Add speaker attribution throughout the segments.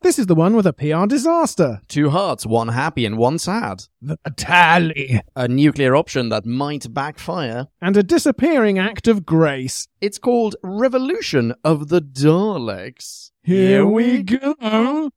Speaker 1: This is the one with a PR disaster.
Speaker 2: Two hearts, one happy and one sad.
Speaker 1: The tally.
Speaker 2: A nuclear option that might backfire.
Speaker 1: And a disappearing act of grace.
Speaker 2: It's called Revolution of the Daleks.
Speaker 1: Here we go.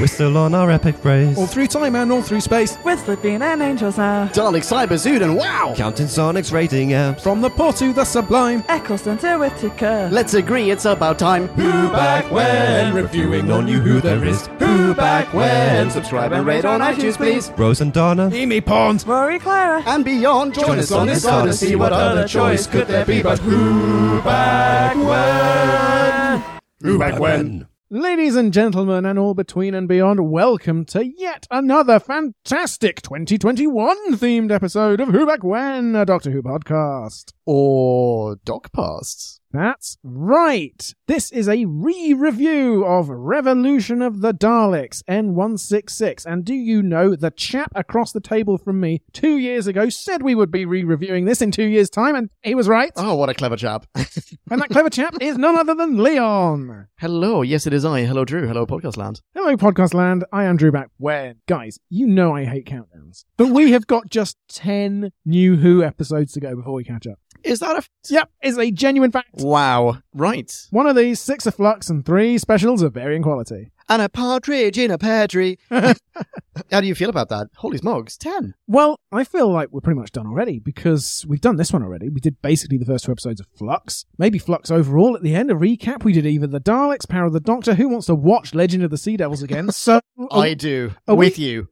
Speaker 3: We're still on our epic race.
Speaker 1: All through time and all through space.
Speaker 4: We're slipping and angels now.
Speaker 2: Dalek Cyber Zood and wow!
Speaker 3: Counting Sonic's rating apps.
Speaker 1: From the poor to the sublime.
Speaker 4: Eccles and Whitaker.
Speaker 2: Let's agree it's about time.
Speaker 3: Who back when? Reviewing on you who there is. Who back when?
Speaker 2: Subscribe and rate on iTunes, please.
Speaker 3: Rose and Donna.
Speaker 1: Amy Pond.
Speaker 4: Rory Clara.
Speaker 2: And beyond, join, us on this odyssey. What other choice could there be but who back when? Who back when?
Speaker 1: Ladies and gentlemen, and all between and beyond, welcome to yet another fantastic 2021 themed episode of Who Back When, a Doctor Who podcast.
Speaker 2: Or Doc Pasts.
Speaker 1: That's right. This is a re-review of Revolution of the Daleks N166. And do you know the chap across the table from me 2 years ago said we would be re-reviewing this in 2 years time and he was right.
Speaker 2: Oh, what a clever chap.
Speaker 1: And that clever chap is none other than Leon.
Speaker 2: Hello, yes, it is I. Hello, Drew. Hello, Podcast Land.
Speaker 1: Hello, Podcast Land. I am Drew Back. Where, guys, you know I hate countdowns, but we have got just 10 new Who episodes to go before we catch up.
Speaker 2: Is that a. F-
Speaker 1: Yep, it's a genuine fact.
Speaker 2: wow. Right.
Speaker 1: One of these, six of flux and three specials of varying quality.
Speaker 2: And a partridge in a pear tree. How do you feel about that? Holy smokes, 10.
Speaker 1: Well, I feel like we're pretty much done already because we've done this one already. We did basically the first two episodes of Flux, maybe Flux overall at the end, a recap. We did either the Daleks, Power of the Doctor, Who Wants to Watch Legend of the Sea Devils again? So,
Speaker 2: I do.
Speaker 1: are we-
Speaker 2: with you.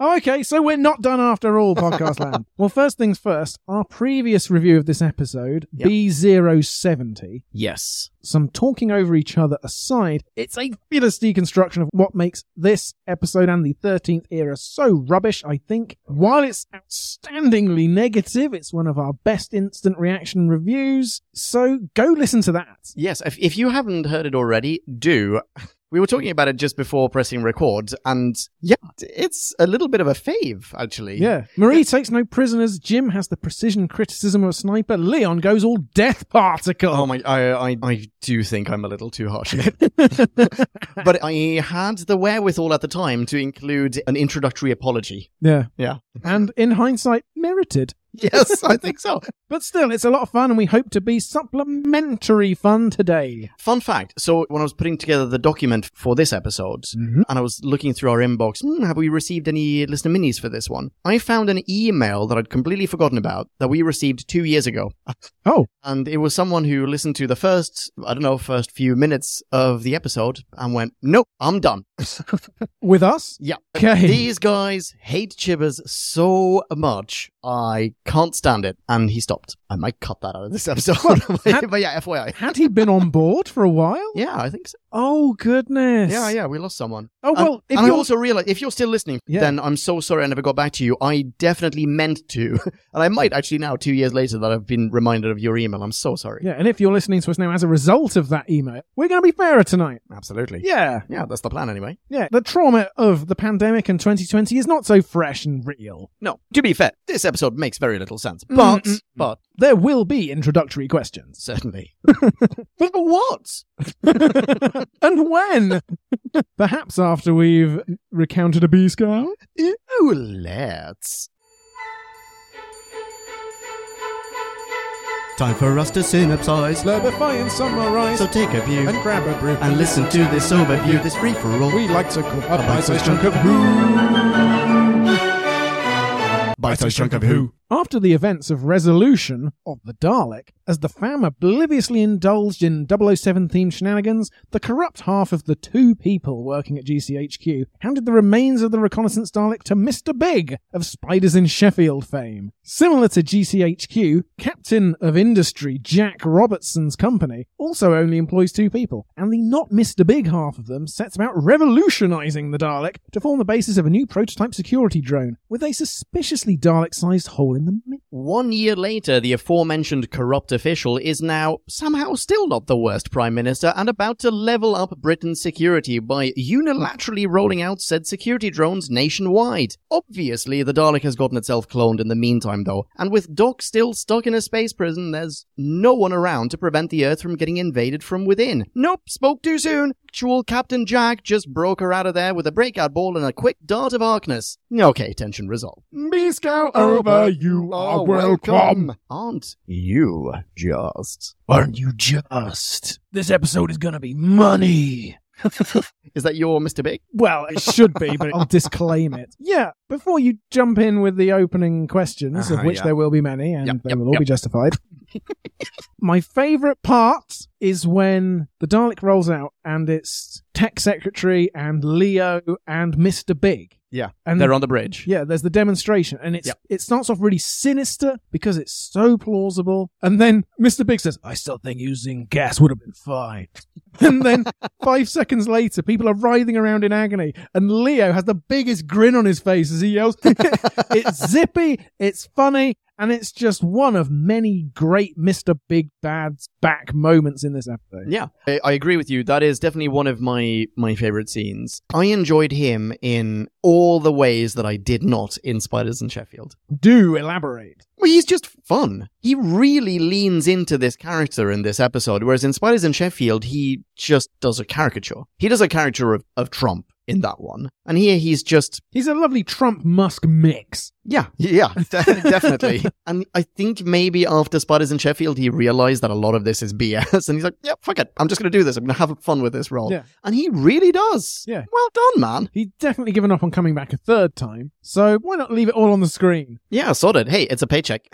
Speaker 1: Oh, okay, so we're not done after all, Podcast Land. Well, first things first, our previous review of this episode,
Speaker 2: Yep.
Speaker 1: B070,
Speaker 2: Yes.
Speaker 1: some talking over each other aside, it's a fierce deconstruction of what makes this episode and the 13th era so rubbish, I think. While it's outstandingly negative, it's one of our best instant reaction reviews, so go listen to that.
Speaker 2: Yes, if, if you haven't heard it already, do. We were talking about it just before pressing record, and yeah, it's a little bit of a fave, actually.
Speaker 1: Yeah. Marie takes no prisoners, Jim has the precision criticism of a sniper, Leon goes all death particle.
Speaker 2: Oh my! I, I I do think I'm a little too harsh, on it. but I had the wherewithal at the time to include an introductory apology.
Speaker 1: Yeah.
Speaker 2: Yeah.
Speaker 1: And in hindsight, merited.
Speaker 2: Yes, I think so.
Speaker 1: But still, it's a lot of fun and we hope to be supplementary fun today.
Speaker 2: Fun fact: so when I was putting together the document for this episode, and I was looking through our inbox, hmm, have we received any listener minis for this one? I found an email that I'd completely forgotten about that we received two years ago.
Speaker 1: Oh.
Speaker 2: And it was someone who listened to the first, I don't know, first few minutes of the episode and went, nope, I'm done.
Speaker 1: With us?
Speaker 2: Yeah.
Speaker 1: Okay.
Speaker 2: These guys hate chibbers so much. I can't stand it. And he stopped. I might cut that out of this episode.
Speaker 1: had-
Speaker 2: but yeah, FYI.
Speaker 1: Had he been on board for a while?
Speaker 2: Yeah, I think so.
Speaker 1: Oh, goodness.
Speaker 2: Yeah, yeah, we lost someone.
Speaker 1: Oh,
Speaker 2: And-
Speaker 1: well, if
Speaker 2: and I
Speaker 1: you're-
Speaker 2: also realize if you're still listening,
Speaker 1: Yeah.
Speaker 2: then I'm so sorry I never got back to you. I definitely meant to, and I might actually now, two years later, that I've been reminded of your email. I'm so sorry.
Speaker 1: Yeah, and if you're listening to us now as a result of that email, we're going to be fairer tonight.
Speaker 2: Absolutely.
Speaker 1: Yeah,
Speaker 2: yeah, that's the plan anyway.
Speaker 1: yeah. The trauma of the pandemic and 2020 is not so fresh and real.
Speaker 2: No, to be fair, this episode makes very little sense, but
Speaker 1: mm,
Speaker 2: but
Speaker 1: There will be introductory questions.
Speaker 2: certainly. but for what?
Speaker 1: and when? Perhaps after we've recounted a B scar?
Speaker 2: Oh, let's. Time for us to synopsize.
Speaker 1: Slurpify and summarize
Speaker 2: So take a view
Speaker 1: and grab a brew.
Speaker 2: and listen to this overview, this free for all.
Speaker 1: we like to call a
Speaker 2: bite-sized
Speaker 1: chunk of who.
Speaker 2: Bite-sized chunk of who?
Speaker 1: After the events of Resolution of the Dalek, as the fam obliviously indulged in 007 themed shenanigans, the corrupt half of the two people working at GCHQ handed the remains of the reconnaissance Dalek to Mr. Big of Spiders in Sheffield fame. Similar to GCHQ, Captain of Industry Jack Robertson's company also only employs two people, and the not Mr. Big half of them sets about revolutionizing the Dalek to form the basis of a new prototype security drone with a suspiciously Dalek sized hole in the middle.
Speaker 2: One year later, the aforementioned corrupt official is now somehow still not the worst prime minister and about to level up Britain's security by unilaterally rolling out said security drones nationwide. Obviously, the Dalek has gotten itself cloned in the meantime, though, and with Doc still stuck in a space prison, there's no one around to prevent the Earth from getting invaded from within. Nope, spoke too soon. actual Captain Jack just broke her out of there with a breakout ball and a quick dart of Arkness. Okay, tension resolved.
Speaker 1: Biscow over, you are Oh, uh, welcome.
Speaker 2: Oh, Aren't you just?
Speaker 1: Aren't you just? This episode is gonna be money.
Speaker 2: Is that your Mr. Big?
Speaker 1: Well, it should be, but I'll disclaim it. Yeah, before you jump in with the opening questions, of
Speaker 3: Uh-huh,
Speaker 1: which
Speaker 3: yeah.
Speaker 1: there will be many, and
Speaker 2: Yep,
Speaker 1: they
Speaker 2: yep,
Speaker 1: will all be justified. My favourite part is when the Dalek rolls out and it's Tech Secretary and Leo and Mr. Big.
Speaker 2: Yeah,
Speaker 1: And
Speaker 2: they're on the bridge.
Speaker 1: yeah, there's the demonstration, and it's
Speaker 2: Yep.
Speaker 1: it starts off really sinister because it's so plausible, and then Mr. Big says, "I still think using gas would have been fine." and then five seconds later, people are writhing around in agony, and Leo has the biggest grin on his face as he yells, "It's zippy, it's funny." And it's just one of many great Mr. Big Bad's back moments in this episode.
Speaker 2: Yeah, I, I agree with you. That is definitely one of my my favorite scenes. I enjoyed him in all the ways that I did not in Spiders and Sheffield.
Speaker 1: Do elaborate.
Speaker 2: Well, he's just fun. He really leans into this character in this episode, whereas in Spiders and Sheffield, he just does a caricature. He does a caricature of, of Trump in that one, and here he's just
Speaker 1: He's a lovely Trump Musk mix.
Speaker 2: yeah, yeah, definitely, definitely. And I think maybe after Spiders and Sheffield, he realized that a lot of this is BS, and he's like, "Yeah, fuck it, I'm just gonna do this. I'm gonna have fun with this role."
Speaker 1: Yeah.
Speaker 2: And he really does.
Speaker 1: Yeah.
Speaker 2: Well done, man.
Speaker 1: He's definitely given up on coming back a third time, so why not leave it all on the screen?
Speaker 2: Yeah, sorted. Hey, it's a paycheck.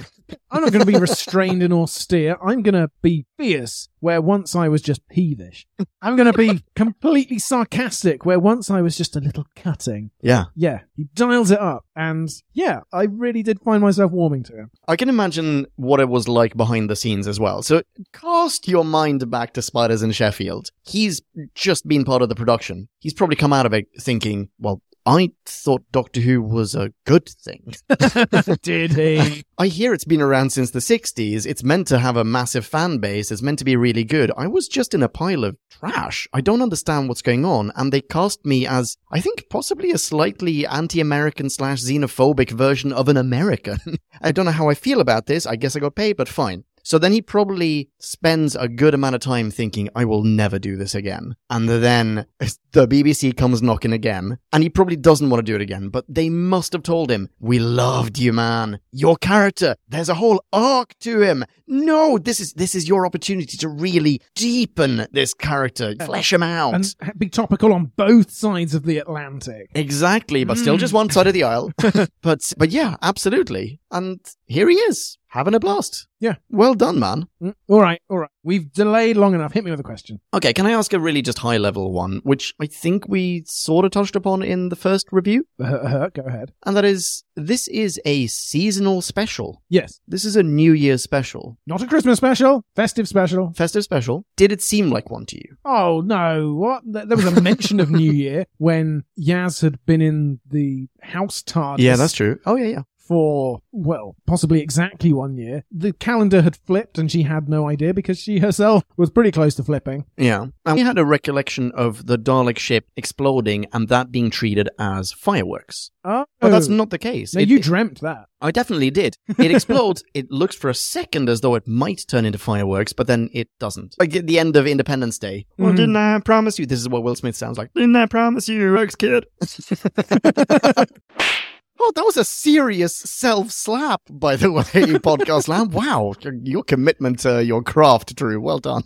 Speaker 1: I'm not going to be restrained and austere. I'm going to be fierce, where once I was just peevish. I'm going to be completely sarcastic, where once I was just a little cutting.
Speaker 2: Yeah.
Speaker 1: Yeah, he dials it up, and yeah, I really did find myself warming to him.
Speaker 2: I can imagine what it was like behind the scenes as well. So cast your mind back to Spiders in Sheffield. He's just been part of the production. He's probably come out of it thinking, well, I thought Doctor Who was a good thing.
Speaker 1: did he?
Speaker 2: I hear it's been around since the 60s. It's meant to have a massive fan base. It's meant to be really good. I was just in a pile of trash. I don't understand what's going on. And they cast me as, I think, possibly a slightly anti-American slash xenophobic version of an American. I don't know how I feel about this. I guess I got paid, but fine. So then he probably spends a good amount of time thinking, I will never do this again. And then the BBC comes knocking again, and he probably doesn't want to do it again, but they must have told him, We loved you, man. Your character, there's a whole arc to him. No, this is, this is your opportunity to really deepen this character, flesh him out.
Speaker 1: And be topical on both sides of the Atlantic.
Speaker 2: Exactly, but still just one side of the aisle.
Speaker 1: Hmm.
Speaker 2: but but yeah, absolutely. And here he is, having a blast.
Speaker 1: Yeah.
Speaker 2: Well done, man.
Speaker 1: Mm, All right, all right. We've delayed long enough. Hit me with a question.
Speaker 2: Okay, can I ask a really just high level one, which I think we sort of touched upon in the first review?
Speaker 1: Go ahead.
Speaker 2: And that is this is a seasonal special.
Speaker 1: Yes.
Speaker 2: This is a New Year's special,
Speaker 1: Not a Christmas special, festive special.
Speaker 2: festive special. Did it seem like one to you?
Speaker 1: Oh no! What? Th- There was a mention of New Year when Yaz had been in the house TARDIS.
Speaker 2: true. Oh, yeah, yeah.
Speaker 1: For well, possibly exactly one year. The calendar had flipped, and she had no idea because she herself was pretty close to flipping.
Speaker 2: Yeah. And we had a recollection of the Dalek ship exploding and that being treated as fireworks.
Speaker 1: Oh,
Speaker 2: But that's not the case.
Speaker 1: No,
Speaker 2: It-
Speaker 1: you dreamt that.
Speaker 2: I definitely did. It explodes. it looks for a second as though it might turn into fireworks, but then it doesn't. Like at the end of Independence Day. Well,
Speaker 1: Mhm.
Speaker 2: didn't I promise you? This is what Will Smith sounds like. Didn't I promise you, works, kid? oh, that was a serious self slap, by the way, podcast lamb. Wow, your- your commitment to your craft, Drew. Well done.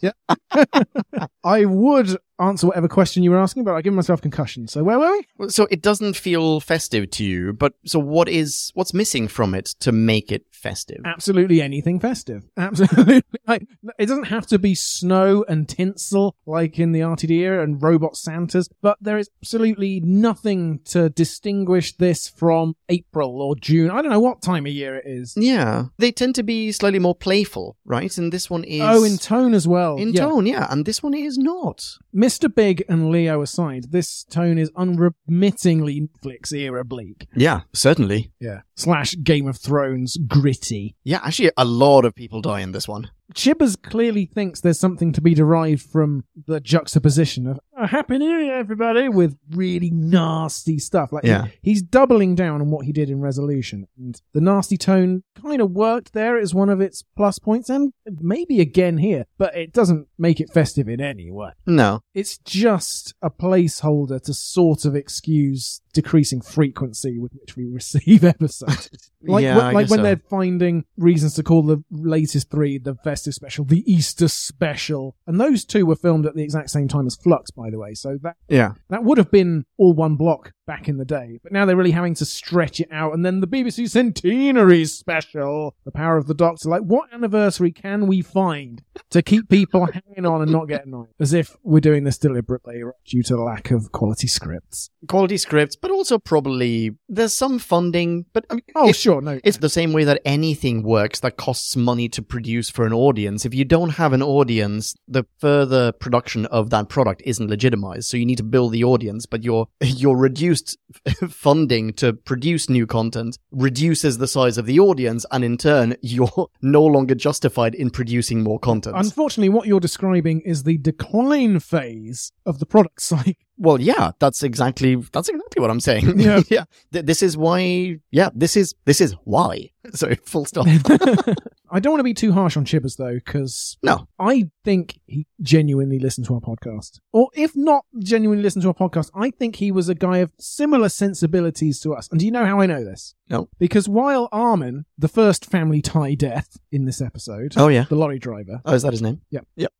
Speaker 1: I would answer whatever question you were asking, but I give myself concussion. So where were we?
Speaker 2: Well, So it doesn't feel festive to you, but so what is what's missing from it to make it festive?
Speaker 1: Absolutely anything festive. Absolutely. Like, it doesn't have to be snow and tinsel like in the RTD era and robot Santas, but there is absolutely nothing to distinguish this from April or June. I don't know what time of year it is.
Speaker 2: Yeah, they tend to be slightly more playful, right? And this one is
Speaker 1: Oh, in tone as well.
Speaker 2: in
Speaker 1: Yeah.
Speaker 2: tone, yeah, and this one is not.
Speaker 1: Mr. Big and Leo aside, this tone is unremittingly Netflix era bleak.
Speaker 2: Yeah, certainly.
Speaker 1: Yeah. slash Game of Thrones gritty.
Speaker 2: Yeah, actually, a lot of people die in this one.
Speaker 1: Chibbers clearly thinks there's something to be derived from the juxtaposition of a happy new year, everybody, with really nasty stuff. Like,
Speaker 2: Yeah.
Speaker 1: he- he's doubling down on what he did in Resolution. And the nasty tone kind of worked there as one of its plus points, and maybe again here, but it doesn't make it festive in any way.
Speaker 2: No.
Speaker 1: It's just a placeholder to sort of excuse decreasing frequency with which we receive episodes. Like,
Speaker 2: yeah,
Speaker 1: when,
Speaker 2: I
Speaker 1: like
Speaker 2: guess
Speaker 1: when
Speaker 2: so.
Speaker 1: they're finding reasons to call the latest three the festive special, the Easter special, and those two were filmed at the exact same time as Flux, by the way. So that
Speaker 2: Yeah.
Speaker 1: that would have been all one block back in the day, but now they're really having to stretch it out. And then the BBC Centenary special, The Power of the Doctor. Like, what anniversary can we find to keep people hanging on and not getting annoyed? As if we're doing this deliberately due to the lack of quality scripts.
Speaker 2: Quality scripts, but also probably there's some funding, but I mean,
Speaker 1: Oh,
Speaker 2: it's,
Speaker 1: sure, no.
Speaker 2: it's the same way that anything works that costs money to produce for an audience. If you don't have an audience, the further production of that product isn't legitimized. So you need to build the audience, but your your reduced funding to produce new content reduces the size of the audience, and in turn, you're no longer justified in producing more content.
Speaker 1: Unfortunately, what you're describing is the decline phase of the product cycle.
Speaker 2: Well, yeah, that's exactly that's exactly what I'm saying.
Speaker 1: Yeah.
Speaker 2: yeah. Th- this is why. Yeah, this is this is why. So full stop.
Speaker 1: I don't want to be too harsh on Chibbers, though, because
Speaker 2: No.
Speaker 1: I think he genuinely listened to our podcast. Or if not genuinely listened to our podcast, I think he was a guy of similar sensibilities to us. And do you know how I know this?
Speaker 2: No.
Speaker 1: Because while Armin, the first family tie death in this episode,
Speaker 2: Oh yeah.
Speaker 1: the lorry driver,
Speaker 2: Oh, is that his name?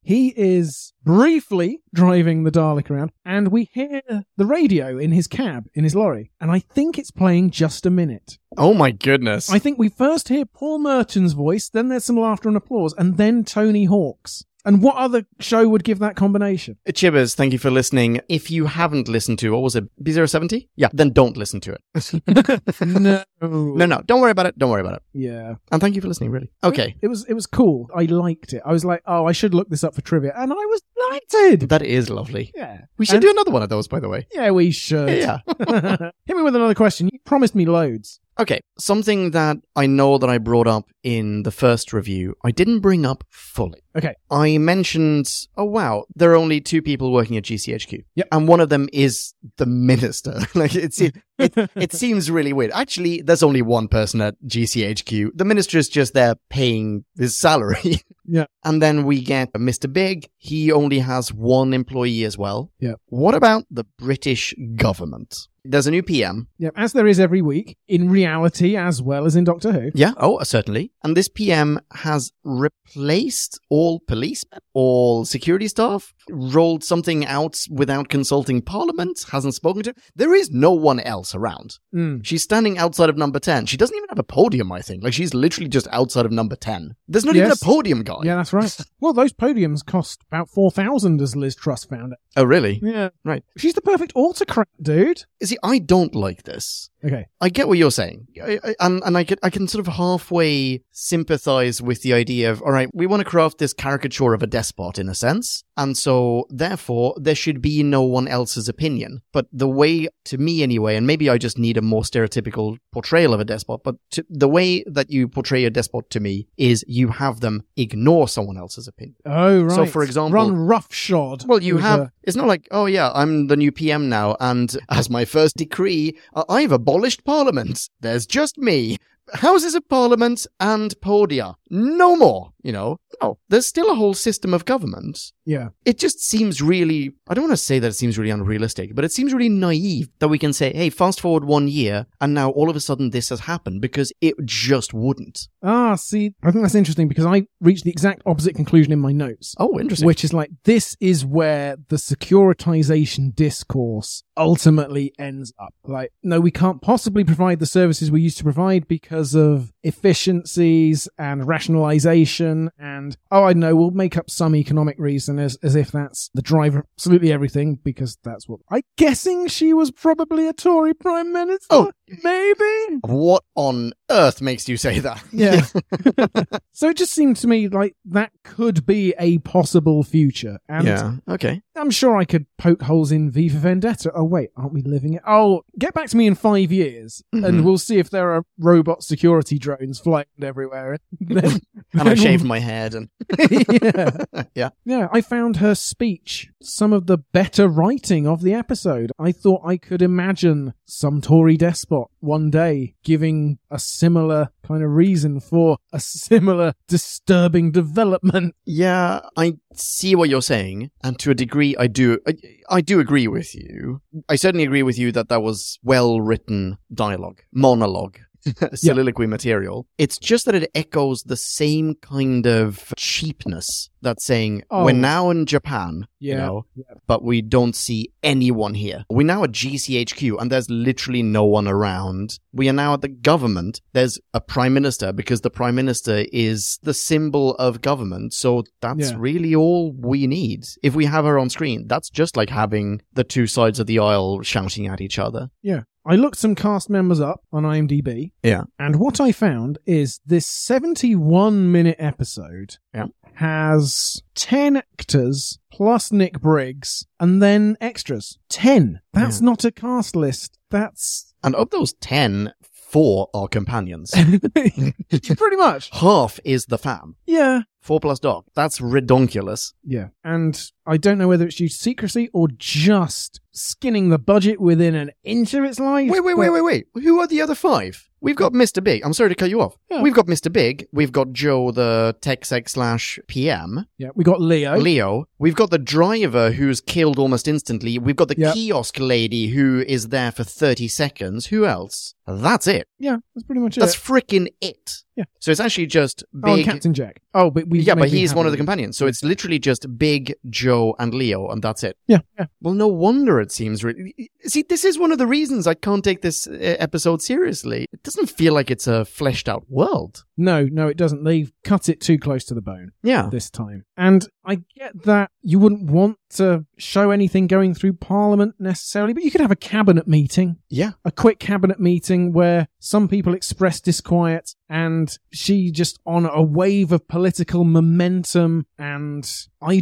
Speaker 1: he is briefly driving the Dalek around, and we hear the radio in his cab, in his lorry, and I think it's playing just a minute.
Speaker 2: Oh my goodness.
Speaker 1: I think we first hear Paul Merton's voice, then there's some laughter and applause, and then Tony Hawk's. And what other show would give that combination?
Speaker 2: Chibbers, thank you for listening. If you haven't listened to what was it, B070? Yeah, then don't listen to it.
Speaker 1: no.
Speaker 2: no, no, don't worry about it. Don't worry about it.
Speaker 1: Yeah.
Speaker 2: And thank you for listening, really. Okay.
Speaker 1: It was it was cool. I liked it. I was like, oh, I should look this up for trivia, and I was delighted.
Speaker 2: That is lovely.
Speaker 1: Yeah.
Speaker 2: We should
Speaker 1: And-
Speaker 2: do another one of those, by the way.
Speaker 1: Yeah, we should.
Speaker 2: Yeah.
Speaker 1: Hit me with another question. You promised me loads.
Speaker 2: Okay, something that I know that I brought up in the first review, I didn't bring up fully.
Speaker 1: Okay.
Speaker 2: I mentioned, oh wow, there are only two people working at GCHQ.
Speaker 1: Yep.
Speaker 2: And one of them is the minister. like it's it, it, it seems really weird. Actually, there's only one person at GCHQ. The minister is just there paying his salary.
Speaker 1: Yeah.
Speaker 2: And then we get Mr. Big. He only has one employee as well.
Speaker 1: Yep.
Speaker 2: What about the British government? There's a new PM.
Speaker 1: Yep, as there is every week, in reality as well as in Doctor Who.
Speaker 2: Yeah. Oh, certainly. And this PM has replaced all policemen, all security staff, rolled something out without consulting Parliament, hasn't spoken to. There is no one else around.
Speaker 1: Mm.
Speaker 2: She's standing outside of number 10. She doesn't even have a podium, I think. Like, she's literally just outside of number 10. There's not even
Speaker 1: Yes.
Speaker 2: a podium guy.
Speaker 1: Yeah, that's right. well, those podiums cost about 4,000 as Liz Truss found it.
Speaker 2: Oh, really?
Speaker 1: Yeah.
Speaker 2: Right.
Speaker 1: She's the perfect autocrat, dude.
Speaker 2: See, I don't like this.
Speaker 1: Okay.
Speaker 2: I get what you're saying, I, I, and and I can I can sort of halfway sympathise with the idea of all right, we want to craft this caricature of a despot in a sense, and so therefore there should be no one else's opinion. But the way, to me anyway, and maybe I just need a more stereotypical portrayal of a despot, but to, the way that you portray a despot to me is you have them ignore someone else's opinion.
Speaker 1: Oh, right.
Speaker 2: So, for example-
Speaker 1: run roughshod.
Speaker 2: Well, you
Speaker 1: over-
Speaker 2: have. It's not like, oh yeah, I'm the new PM now, and as my first decree, uh, I've abolished Parliament. There's just me, Houses of Parliament, and Podia. No more. You know, no. There's still a whole system of government.
Speaker 1: Yeah.
Speaker 2: It just seems really. I don't want to say that it seems really unrealistic, but it seems really naive that we can say, hey, fast forward one year, and now all of a sudden this has happened because it just wouldn't.
Speaker 1: Ah, see, I think that's interesting because I reached the exact opposite conclusion in my notes.
Speaker 2: Oh, interesting.
Speaker 1: Which is like, this is where the securitization discourse ultimately ends up. Like, no, we can't possibly provide the services we used to provide because of efficiencies and rationalization. And, oh, I know, we'll make up some economic reason as, as if that's the driver of absolutely everything because that's what I'm guessing she was probably a Tory prime minister.
Speaker 2: Oh,
Speaker 1: Maybe.
Speaker 2: What on earth makes you say that?
Speaker 1: Yeah. so it just seemed to me like that could be a possible future. And
Speaker 2: Okay.
Speaker 1: I'm sure I could poke holes in V for Vendetta. Oh, wait, aren't we living it? Oh, get back to me in five years
Speaker 2: Mhm.
Speaker 1: and we'll see if there are robot security drones flying everywhere. Then-
Speaker 2: And I
Speaker 1: then
Speaker 2: shaved my head and
Speaker 1: yeah.
Speaker 2: yeah.
Speaker 1: Yeah, I found her speech some of the better writing of the episode. I thought I could imagine some Tory despot one day giving a similar kind of reason for a similar disturbing development.
Speaker 2: Yeah, I see what you're saying, and to a degree, I do. I, I do agree with you. I certainly agree with you that that was well written dialogue, monologue, soliloquy material. It's just that it echoes the same kind of cheapness that's saying
Speaker 1: Oh.
Speaker 2: we're now in Japan, you
Speaker 1: Yeah.
Speaker 2: know, but we don't see anyone here. We're now at GCHQ, and there's literally no one around. We are now at the government. There's a prime minister because the prime minister is the symbol of government. So that's
Speaker 1: Yeah.
Speaker 2: really all we need. If we have her on screen, that's just like having the two sides of the aisle shouting at each other.
Speaker 1: Yeah. I looked some cast members up on IMDb.
Speaker 2: Yeah.
Speaker 1: And what I found is this 71 minute episode
Speaker 2: Yeah.
Speaker 1: has 10 actors plus Nick Briggs and then extras. 10. That's not a cast list. That's
Speaker 2: And of those 10, four are companions.
Speaker 1: pretty much.
Speaker 2: Half is the fam.
Speaker 1: Yeah.
Speaker 2: Four plus dog. That's redonkulous.
Speaker 1: Yeah. And I don't know whether it's due to secrecy or just skinning the budget within an inch of its life.
Speaker 2: Wait, wait, wait, wait, wait. Who are the other five? We've got Mr. Big. I'm sorry to cut you off.
Speaker 1: Yeah.
Speaker 2: We've got Mr. Big. We've got Joe, the tech sec slash PM.
Speaker 1: Yeah. We got Leo.
Speaker 2: Leo. We've got the driver who's killed almost instantly. We've got the
Speaker 1: Yeah.
Speaker 2: kiosk lady who is there for 30 seconds. Who else? That's it.
Speaker 1: yeah. That's pretty much
Speaker 2: That's
Speaker 1: it.
Speaker 2: freaking it.
Speaker 1: Yeah.
Speaker 2: So it's actually just
Speaker 1: Oh, and
Speaker 2: Big.
Speaker 1: Captain Jack. Oh, but we.
Speaker 2: yeah, but
Speaker 1: maybe
Speaker 2: he's one of the
Speaker 1: haven't-
Speaker 2: companions. So it's literally just Big, Joe, and Leo, and that's it.
Speaker 1: Yeah. Yeah.
Speaker 2: Well, no wonder it seems really. See, this is one of the reasons I can't take this uh, episode seriously. It doesn't feel like it's a fleshed out world.
Speaker 1: No, no, it doesn't. They've cut it too close to the bone
Speaker 2: Yeah.
Speaker 1: this time. And I get that you wouldn't want to show anything going through Parliament necessarily, but you could have a cabinet meeting.
Speaker 2: Yeah.
Speaker 1: a quick cabinet meeting where some people express disquiet and she just on a wave of political momentum and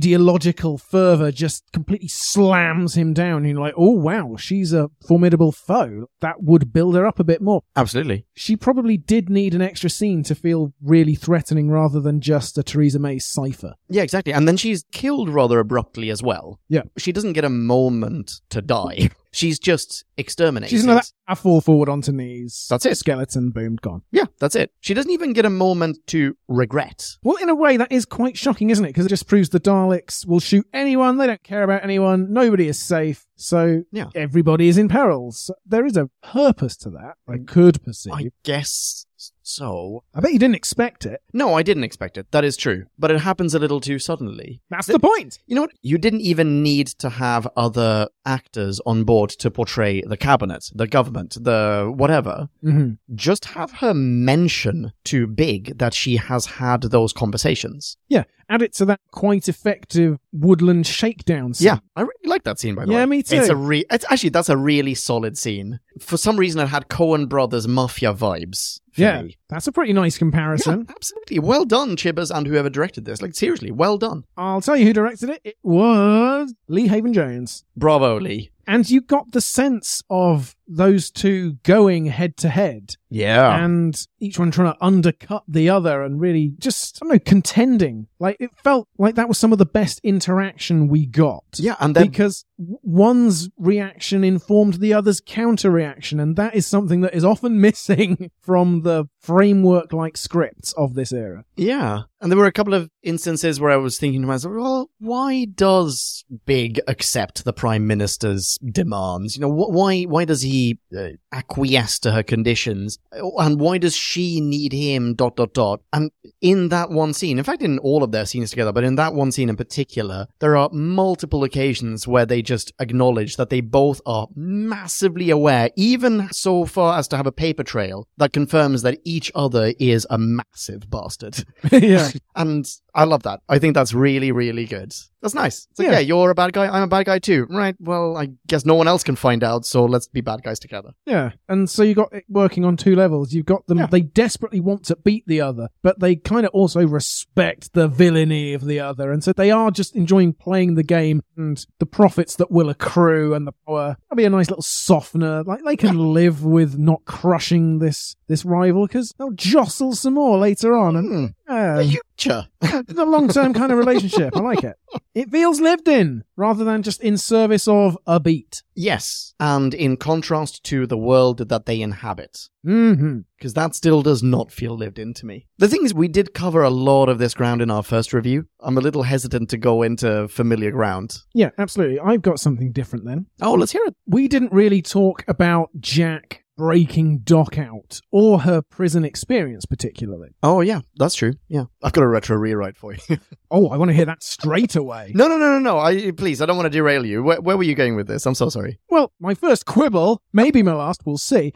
Speaker 1: ideological fervor just completely slams him down you're like oh wow she's a formidable foe that would build her up a bit more
Speaker 2: Absolutely.
Speaker 1: she probably did need an extra scene to feel really threatening rather than just a Theresa May cipher
Speaker 2: Yeah, exactly. And then she's killed rather abruptly as well.
Speaker 1: Yeah.
Speaker 2: She doesn't get a moment to die. She's just exterminated.
Speaker 1: she's another I fall forward onto knees
Speaker 2: That's it.
Speaker 1: skeleton boom gone
Speaker 2: Yeah, that's it. She doesn't even get a moment to regret.
Speaker 1: Well, in a way, that is quite shocking, isn't it? Because it just proves the Daleks will shoot anyone. They don't care about anyone. Nobody is safe. So
Speaker 2: Yeah.
Speaker 1: everybody is in peril. So there is a purpose to that. I could perceive.
Speaker 2: I
Speaker 1: I,
Speaker 2: guess so.
Speaker 1: bet you didn't expect it.
Speaker 2: No, I didn't expect it. That is true. But it happens a little too suddenly.
Speaker 1: That's
Speaker 2: Th-
Speaker 1: the point.
Speaker 2: You know what? You didn't even need to have other actors on board to portray the cabinet, the government, the whatever.
Speaker 1: Mm-hmm.
Speaker 2: Just have her mention to Big that she has had those conversations.
Speaker 1: Yeah. Add it to that quite effective woodland shakedown scene.
Speaker 2: Yeah, I really like that scene by the way.
Speaker 1: Yeah, me too.
Speaker 2: It's a re- it's actually that's a really solid scene. For some reason, it had Cohen Brothers mafia vibes. for
Speaker 1: Yeah.
Speaker 2: me.
Speaker 1: That's a pretty nice
Speaker 2: yeah,
Speaker 1: comparison.
Speaker 2: absolutely. Well done, Chibbers, and whoever directed this. Like seriously, well done.
Speaker 1: I'll tell you who directed it. It was Lee Haven Jones.
Speaker 2: Bravo, Lee.
Speaker 1: And you got the sense of those two going head to head.
Speaker 2: Yeah.
Speaker 1: and each one trying to undercut the other and really just I don't know contending. Like it felt like that was some of the best interaction we got.
Speaker 2: yeah, and then
Speaker 1: Because w- one's reaction informed the other's counter reaction, and that is something that is often missing from the framework like scripts of this era.
Speaker 2: Yeah. And there were a couple of instances where I was thinking to myself, well, why does Big accept the Prime Minister's demands? You know, wh- why, why does he uh, acquiesce to her conditions? Uh, And why does she need him? Dot, dot, dot. And in that one scene, in fact, in all of their scenes together, but in that one scene in particular, there are multiple occasions where they just acknowledge that they both are massively aware, even so far as to have a paper trail that confirms that each other is a massive bastard.
Speaker 1: yeah.
Speaker 2: And I love that. I think that's really, really good. That's nice. It's like, yeah.
Speaker 1: Yeah.
Speaker 2: you're a bad guy. I'm a bad guy too. Right. Well, I guess no one else can find out. So let's be bad guys together.
Speaker 1: Yeah, and so you got it working on two levels. You've got them;
Speaker 2: Yeah.
Speaker 1: they desperately want to beat the other, but they kind of also respect the villainy of the other, and so they are just enjoying playing the game and the profits that will accrue and the power. That'll be a nice little softener. Like they can live with not crushing this this rival because they'll jostle some more later on, and
Speaker 2: Hmm.
Speaker 1: yeah,
Speaker 2: Future.
Speaker 1: it's a long term kind of relationship. I like it. It feels lived in rather than just in service of a beat.
Speaker 2: Yes. And in contrast to the world that they inhabit.
Speaker 1: hmm
Speaker 2: because that still does not feel lived in to me. The thing is, we did cover a lot of this ground in our first review. I'm a little hesitant to go into familiar ground.
Speaker 1: Yeah, absolutely. I've got something different then.
Speaker 2: Oh, let's hear it.
Speaker 1: we didn't really talk about Jack breaking Doc out or her prison experience particularly.
Speaker 2: Oh, yeah, that's true. Yeah. I've got a retro rewrite for you.
Speaker 1: Oh, I want to hear that straight away.
Speaker 2: no, no, no, no, no. I, please, I don't want to derail you. Where, where were you going with this? I'm so sorry.
Speaker 1: Well, my first quibble, maybe my last, we'll see,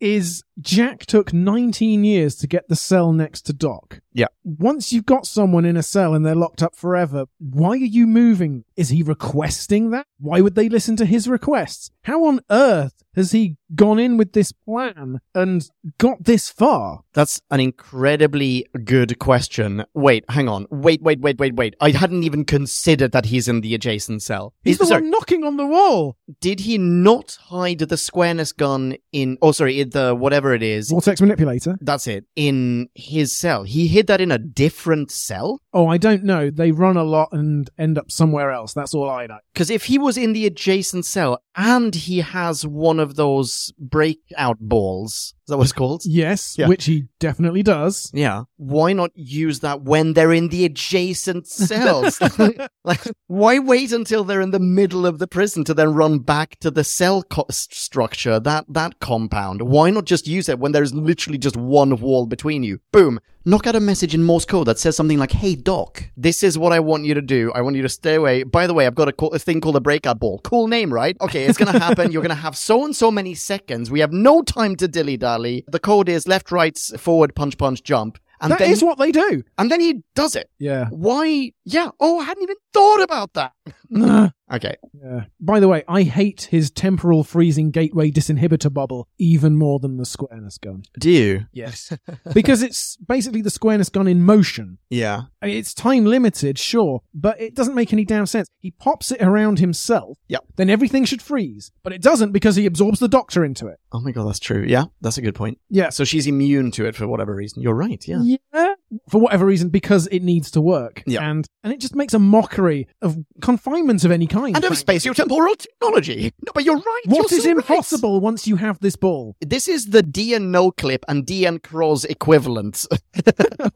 Speaker 1: is Jack took 19 years to get the cell next to Doc.
Speaker 2: Yeah.
Speaker 1: Once you've got someone in a cell and they're locked up forever, why are you moving? Is he requesting that? Why would they listen to his requests? How on earth has he gone in with this plan and got this far?
Speaker 2: That's an incredibly good question. Wait, hang on. Wait, wait, wait, wait, wait. I hadn't even considered that he's in the adjacent cell.
Speaker 1: He's the
Speaker 2: sorry,
Speaker 1: one knocking on the wall.
Speaker 2: Did he not hide the squareness gun in? Oh, sorry, in the whatever it is
Speaker 1: Vortex manipulator.
Speaker 2: That's it. In his cell. He hid that in a different cell?
Speaker 1: Oh, I don't know. They run a lot and end up somewhere else. That's all I know.
Speaker 2: Because if he was in the adjacent cell and he has one of those breakout balls, is that what it's called?
Speaker 1: Yes,
Speaker 2: Yeah.
Speaker 1: which he definitely does.
Speaker 2: Yeah. Why not use that when they're in the adjacent cells? like, why wait until they're in the middle of the prison to then run back to the cell co- s- structure, that, that compound? Why not just use it when there's literally just one wall between you? Boom. Knock out a message in Morse code that says something like, Hey, Doc, this is what I want you to do. I want you to stay away. By the way, I've got a, co- a thing called a breakout ball. Cool name, right? Okay, it's going to happen. You're going to have so and so many seconds. We have no time to dilly dally. The code is left, right, s- forward, punch, punch, jump. And
Speaker 1: That is
Speaker 2: then,
Speaker 1: what they do.
Speaker 2: and then he does it.
Speaker 1: Yeah.
Speaker 2: Why? Yeah. Oh, I hadn't even thought about that.
Speaker 1: yeah.
Speaker 2: Okay.
Speaker 1: By the way, I hate his temporal freezing gateway disinhibitor bubble even more than the squareness gun
Speaker 2: Do you?
Speaker 1: Yes. because it's basically the squareness gun in motion.
Speaker 2: Yeah.
Speaker 1: I mean, it's time limited, sure, but it doesn't make any damn sense. He pops it around himself.
Speaker 2: Yep.
Speaker 1: Then everything should freeze, but it doesn't because he absorbs the doctor into it.
Speaker 2: Oh my god, that's true. Yeah, that's a good point.
Speaker 1: Yeah.
Speaker 2: So she's immune to it for whatever reason. You're right. Yeah.
Speaker 1: Yeah. For whatever reason, because it needs to work.
Speaker 2: Yeah.
Speaker 1: And and it just makes a mockery of confinement of any kind.
Speaker 2: And of
Speaker 1: frankly.
Speaker 2: spatiotemporal technology. No, but you're right.
Speaker 1: What
Speaker 2: you're
Speaker 1: is
Speaker 2: so right.
Speaker 1: impossible once you have this ball?
Speaker 2: This is the Dean No Clip and Dean Cross equivalent.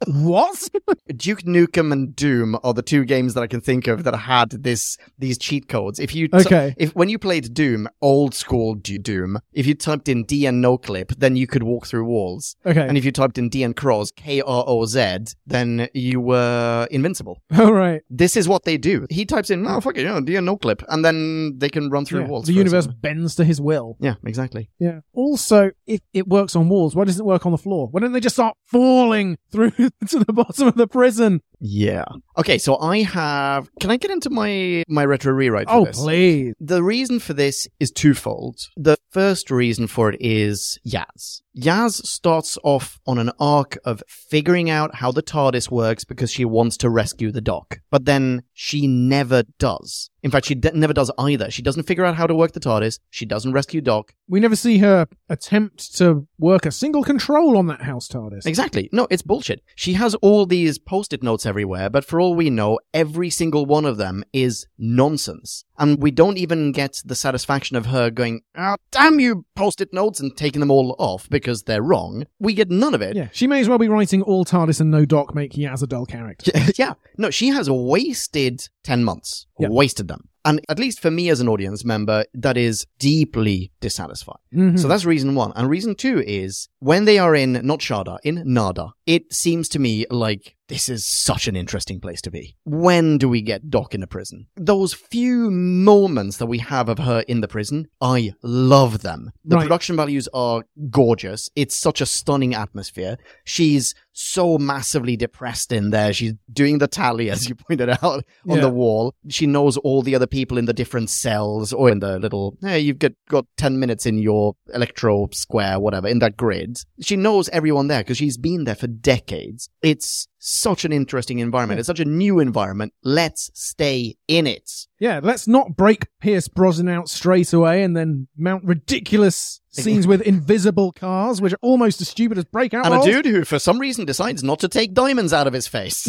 Speaker 1: What?
Speaker 2: Duke Nukem and Doom are the two games that I can think of that had this these cheat codes. If you
Speaker 1: Okay.
Speaker 2: if when you played Doom, old school Do- Doom, if you typed in Dean No Clip, then you could walk through walls.
Speaker 1: Okay.
Speaker 2: And if you typed in Dean Cross, K R O Z, then you were invincible.
Speaker 1: All right.
Speaker 2: This is what they do. He types in, oh, fuck it, you know, Dean No Clip, and then they can run through
Speaker 1: Yeah.
Speaker 2: walls.
Speaker 1: The
Speaker 2: for a
Speaker 1: universe
Speaker 2: second.
Speaker 1: bends to his will.
Speaker 2: Yeah, exactly.
Speaker 1: Yeah. Also, if it works on walls, why doesn't it work on the floor? Why don't they just start falling through to the bottom of the prison?
Speaker 2: Yeah. Okay, so I have. Can I get into my my retro rewrite? For
Speaker 1: Oh,
Speaker 2: this?
Speaker 1: please.
Speaker 2: The reason for this is twofold. The first reason for it is Yaz. Yaz starts off on an arc of figuring out how the TARDIS works because she wants to rescue the doc. But then she never does. In fact, she d- never does either. She doesn't figure out how to work the TARDIS. She doesn't rescue Doc.
Speaker 1: We never see her attempt to work a single control on that house TARDIS.
Speaker 2: Exactly. No, it's bullshit. She has all these post it notes everywhere, but for all we know, every single one of them is nonsense. And we don't even get the satisfaction of her going, ah, damn you post it notes and taking them all off because they're wrong. We get none of it.
Speaker 1: Yeah, she may as well be writing all TARDIS and no Doc, make Yaz a dull character.
Speaker 2: yeah. No, she has wasted 10 months.
Speaker 1: Yeah.
Speaker 2: Wasted them. And at least for me as an audience member, that is deeply dissatisfying.
Speaker 1: Mm-hmm.
Speaker 2: So that's reason one. And reason two is when they are in, not Sharda, in Nada, it seems to me like This is such an interesting place to be. When do we get Doc in a prison? Those few moments that we have of her in the prison, I love them. The
Speaker 1: Right.
Speaker 2: production values are gorgeous. It's such a stunning atmosphere. She's so massively depressed in there. She's doing the tally, as you pointed out, on
Speaker 1: Yeah.
Speaker 2: the wall. She knows all the other people in the different cells or in the little, hey, you've got, got 10 minutes in your electro square, whatever, in that grid. She knows everyone there because she's been there for decades. It's such an interesting environment. It's such a new environment. Let's stay in it.
Speaker 1: Yeah, let's not break Pierce Brosnan out straight away and then mount ridiculous scenes with invisible cars, which are almost as stupid as breakout
Speaker 2: And a
Speaker 1: roles.
Speaker 2: dude who, for some reason, decides not to take diamonds out of his face.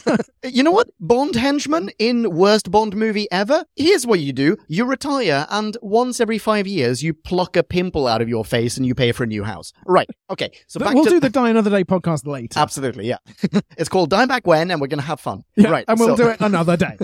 Speaker 2: you know what? Bond henchman in worst Bond movie ever? Here's what you do you retire, and once every five years, you pluck a pimple out of your face and you pay for a new house. Right. Okay. So
Speaker 1: But
Speaker 2: back
Speaker 1: we'll
Speaker 2: to.
Speaker 1: do the Die Another Day podcast later.
Speaker 2: Absolutely, yeah. it's called Die Back When, and we're going to have fun.
Speaker 1: Yeah,
Speaker 2: right.
Speaker 1: And we'll
Speaker 2: so-
Speaker 1: do it another day.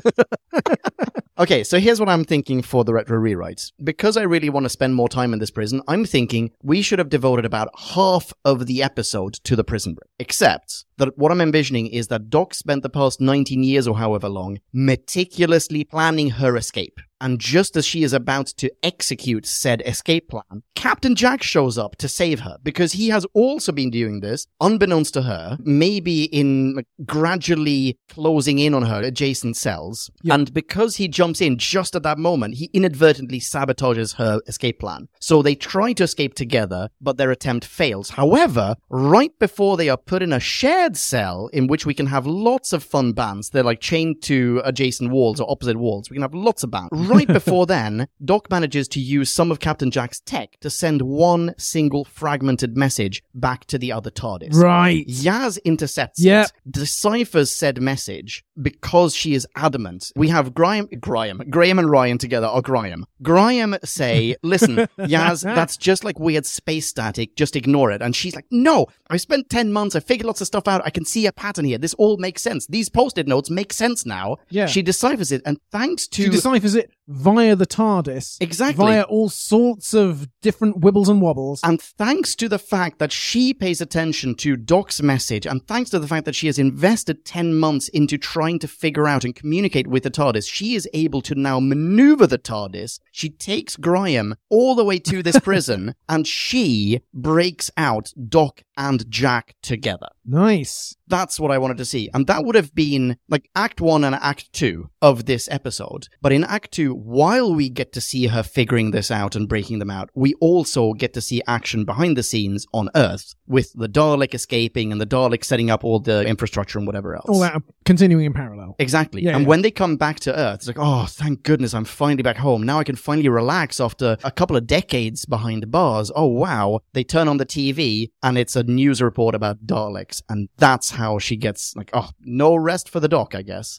Speaker 2: Okay, so here's what I'm thinking for the retro rewrites. Because I really want to spend more time in this prison, I'm thinking we should have devoted about half of the episode to the prison break. Except that what I'm envisioning is that Doc spent the past 19 years or however long meticulously planning her escape. And just as she is about to execute said escape plan, Captain Jack shows up to save her because he has also been doing this, unbeknownst to her, maybe in gradually closing in on her adjacent cells.
Speaker 1: Yeah.
Speaker 2: And because he jumps in just at that moment, he inadvertently sabotages her escape plan. So they try to escape together, but their attempt fails. However, right before they are put in a shared cell in which we can have lots of fun bands, they're like chained to adjacent walls or opposite walls. We can have lots of bands. Right before then, Doc manages to use some of Captain Jack's tech to send one single fragmented message back to the other TARDIS.
Speaker 1: right.
Speaker 2: Yaz intercepts
Speaker 1: Yep.
Speaker 2: it, deciphers said message because she is adamant. We have Graham, Graham, Graham and Ryan together, or Graham. Graham say, listen, Yaz, that's just like weird space static, just ignore it. And she's like, no, I spent 10 months, I figured lots of stuff out, I can see a pattern here, this all makes sense. These post-it notes make sense now.
Speaker 1: Yeah.
Speaker 2: She deciphers it, and thanks to...
Speaker 1: She deciphers it via the TARDIS.
Speaker 2: Exactly.
Speaker 1: Via all sorts of different wibbles and wobbles.
Speaker 2: And thanks to the fact that she pays attention to Doc's message, and thanks to the fact that she has invested 10 months into trying to figure out and communicate with the TARDIS, she is able to now maneuver the TARDIS. She takes Graham all the way to this prison, and she breaks out Doc and Jack together.
Speaker 1: nice.
Speaker 2: That's what I wanted to see. And that would have been like act one and act two of this episode. But in act two, while we get to see her figuring this out and breaking them out, we also get to see action behind the scenes on Earth with the Dalek escaping and the Dalek setting up all the infrastructure and whatever else.
Speaker 1: All that continuing in parallel.
Speaker 2: Exactly.
Speaker 1: Yeah,
Speaker 2: and
Speaker 1: yeah.
Speaker 2: when they come back to Earth, it's like, oh, thank goodness I'm finally back home. Now I can finally relax after a couple of decades behind bars. Oh, wow. They turn on the TV and it's a news report about Daleks. And that's how she gets, like, oh, no rest for the doc, I guess.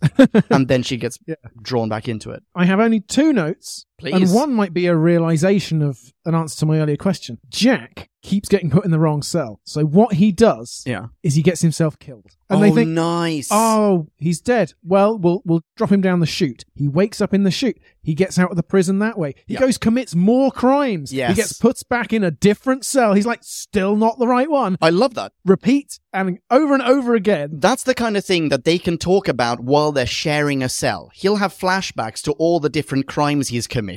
Speaker 2: and then she gets
Speaker 1: Yeah.
Speaker 2: drawn back into it.
Speaker 1: I have only two notes.
Speaker 2: Please.
Speaker 1: And one might be a realization of an answer to my earlier question. Jack keeps getting put in the wrong cell. So what he does
Speaker 2: Yeah.
Speaker 1: is he gets himself killed. And
Speaker 2: oh,
Speaker 1: they think,
Speaker 2: nice.
Speaker 1: Oh, he's dead. Well, we'll we'll drop him down the chute. He wakes up in the chute. He gets out of the prison that way. He
Speaker 2: Yeah.
Speaker 1: goes commits more crimes.
Speaker 2: Yes.
Speaker 1: He gets put back in a different cell. He's like still not the right one.
Speaker 2: I love that.
Speaker 1: Repeat and over and over again.
Speaker 2: That's the kind of thing that they can talk about while they're sharing a cell. He'll have flashbacks to all the different crimes he's committed.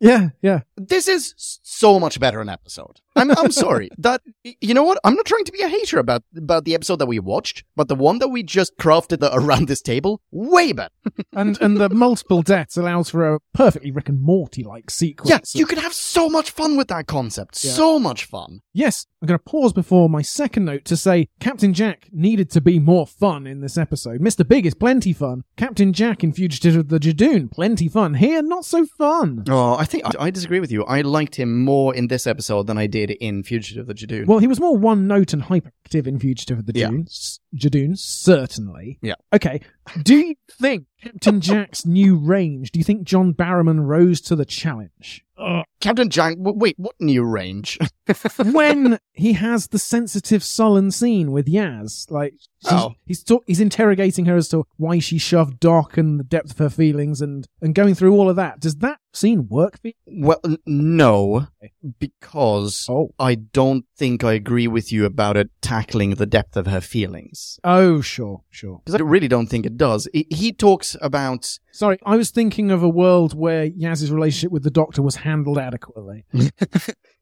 Speaker 1: Yeah, yeah.
Speaker 2: this is so much better an episode. I'm, I'm sorry that you know what I'm not trying to be a hater about about the episode that we watched, but the one that we just crafted the, around this table, way better.
Speaker 1: And and the multiple deaths allows for a perfectly Rick and Morty like sequence.
Speaker 2: Yeah, you could have so much fun with that concept.
Speaker 1: Yeah.
Speaker 2: So much fun.
Speaker 1: Yes, I'm going to pause before my second note to say Captain Jack needed to be more fun in this episode. Mr. Big is plenty fun. Captain Jack in Fugitive of the Jadoon, plenty fun. Here, not so fun.
Speaker 2: Oh, I think I, I disagree with you. I liked him more in this episode than I did in Fugitive the Jadoon.
Speaker 1: Well, he was more one note and hyperactive in Fugitive of the
Speaker 2: Yeah.
Speaker 1: Jadoon, s- Jadoon certainly.
Speaker 2: Yeah.
Speaker 1: Okay. Do you think Captain Jack's new range, do you think John Barrowman rose to the challenge? Ugh.
Speaker 2: Captain Jack, w- wait, what new range?
Speaker 1: when he has the sensitive, sullen scene with Yaz, like she's,
Speaker 2: Oh.
Speaker 1: he's talk, he's interrogating her as to why she shoved Doc and the depth of her feelings and and going through all of that. Does that scene work for you?
Speaker 2: well, n- no, because
Speaker 1: Oh,
Speaker 2: I don't think I agree with you about it tackling the depth of her feelings.
Speaker 1: oh, sure, sure.
Speaker 2: Because I really don't think it does. He- He talks about
Speaker 1: Sorry, I was thinking of a world where Yaz's relationship with the Doctor was handled adequately.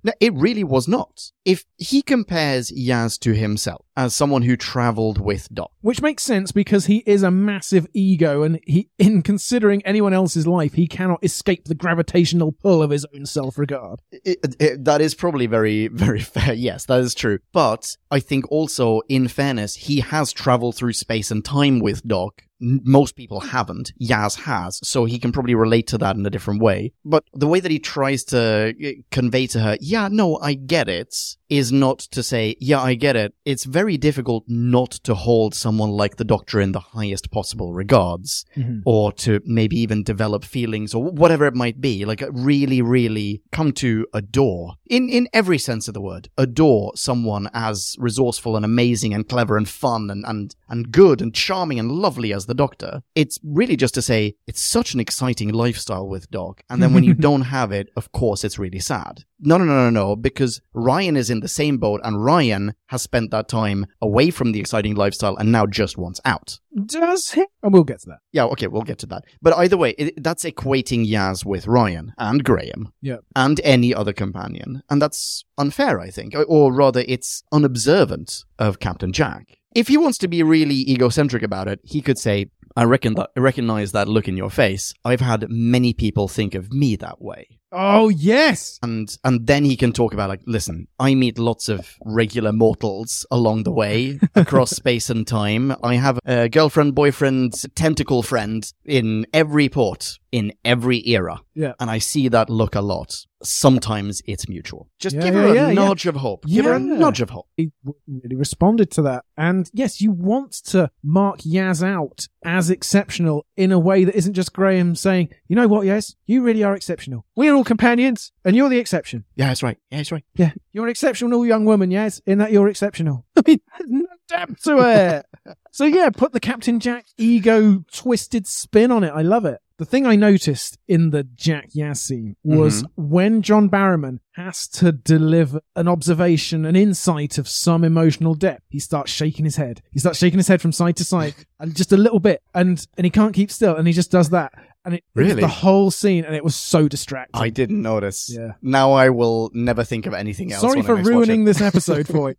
Speaker 2: No, it really was not. If he compares Yaz to himself as someone who traveled with Doc,
Speaker 1: Which makes sense because he is a massive ego, and he, in considering anyone else's life, he cannot escape the gravitational pull of his own self-regard.
Speaker 2: it, it- that is probably very, very fair. Yes, that is true. But I think also, in fairness, he has traveled through space and time with Doc. N- Most people haven't. Yaz has, so he can probably relate to that in a different way. But the way that he tries to uh, convey to her, yeah, no, I get it, is not to say, yeah, I get it. It's very difficult not to hold someone like the Doctor in the highest possible regards or to maybe even develop feelings or whatever it might be like really really come to adore in in every sense of the word adore someone as resourceful and amazing and clever and fun and and and good and charming and lovely as the doctor it's really just to say it's such an exciting lifestyle with doc and then when you don't have it of course it's really sad no no no no no because ryan is in the same boat and ryan has spent that time away from the exciting lifestyle and now just wants out
Speaker 1: Does he? And we'll get to that.
Speaker 2: yeah, okay, we'll get to that. But either way, it, that's equating Yaz with Ryan and Graham
Speaker 1: Yeah.
Speaker 2: and any other companion. And that's unfair, I think. Or- Or rather, it's unobservant of Captain Jack. If he wants to be really egocentric about it, he could say, I reckon that, I recognize that look in your face. I've had many people think of me that way.
Speaker 1: Oh yes,
Speaker 2: And and then he can talk about like, listen, I meet lots of regular mortals along the way across space and time. I have a girlfriend, boyfriend, tentacle friend in every port, in every era.
Speaker 1: Yeah.
Speaker 2: And I see that look a lot. Sometimes it's mutual. Just
Speaker 1: Yeah,
Speaker 2: give
Speaker 1: yeah,
Speaker 2: her
Speaker 1: yeah,
Speaker 2: a
Speaker 1: yeah.
Speaker 2: nudge of hope. Give her a
Speaker 1: Yeah.
Speaker 2: nudge of hope.
Speaker 1: he w- really responded to that. And yes, you want to mark Yaz out as exceptional in a way that isn't just Graham saying, "You know what, Yaz, you really are exceptional. We're all companions, and you're the exception."
Speaker 2: Yeah, that's right. Yeah, that's right.
Speaker 1: Yeah, you're an exceptional young woman, Yaz. In that you're exceptional. I mean, there's no depth to it. so yeah, put the Captain Jack ego twisted spin on it. I love it. The thing I noticed in the Jack Yaz scene was when John Barrowman has to deliver an observation, an insight of some emotional depth, he starts shaking his head. He starts shaking his head from side to side and just a little bit and and he can't keep still and he just does that. And it it's
Speaker 2: Really?
Speaker 1: the whole scene and it was so distracting.
Speaker 2: I didn't notice.
Speaker 1: Yeah.
Speaker 2: Now I will never think of anything else.
Speaker 1: Sorry
Speaker 2: when I
Speaker 1: for
Speaker 2: next watch it.
Speaker 1: ruining this episode for you.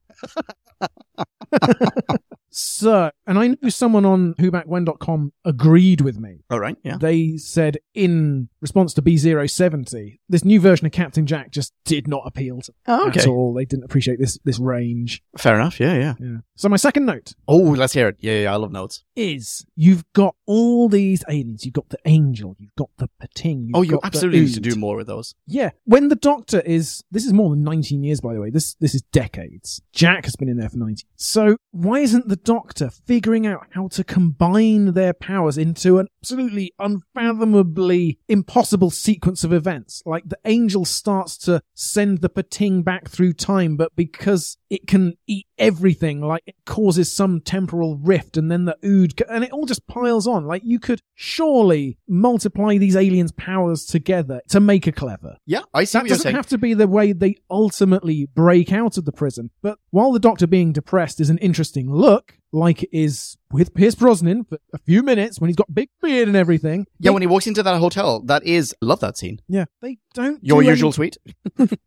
Speaker 1: so, and I knew someone on whoback1.com agreed with me.
Speaker 2: All right. Yeah.
Speaker 1: They said in response to B070, this new version of Captain Jack just did not appeal to them
Speaker 2: Oh,
Speaker 1: at
Speaker 2: okay.
Speaker 1: all. They didn't appreciate this this range.
Speaker 2: Fair enough. Yeah. Yeah.
Speaker 1: Yeah. So my second note
Speaker 2: Oh, let's hear it. Yeah. Yeah. I love notes.
Speaker 1: is you've got all these aliens. You've got the angel. You've got the pating.
Speaker 2: Oh, you absolutely need to
Speaker 1: more.
Speaker 2: do more with those.
Speaker 1: Yeah, when the Doctor is this is more than 19 years, by the way. This this is decades. Jack has been in there for 19. So why isn't the Doctor figuring out how to combine their powers into an absolutely unfathomably impossible sequence of events? Like the Angel starts to send the Pating back through time, but because it can eat everything, like it causes some temporal rift, and then the Ood, c- and it all just piles on. Like you could surely multiply these aliens' powers together to make a clever.
Speaker 2: Yeah, I see
Speaker 1: That
Speaker 2: what you're
Speaker 1: doesn't
Speaker 2: saying.
Speaker 1: have to be the way they ultimately break out of the prison. But while the Doctor being depressed is an interesting look, like it is with Pierce Brosnan for a few minutes when he's got big beard and everything.
Speaker 2: yeah,
Speaker 1: they-
Speaker 2: when he walks into that hotel, that is love that scene.
Speaker 1: yeah, they don't
Speaker 2: Your
Speaker 1: do any-
Speaker 2: usual suite.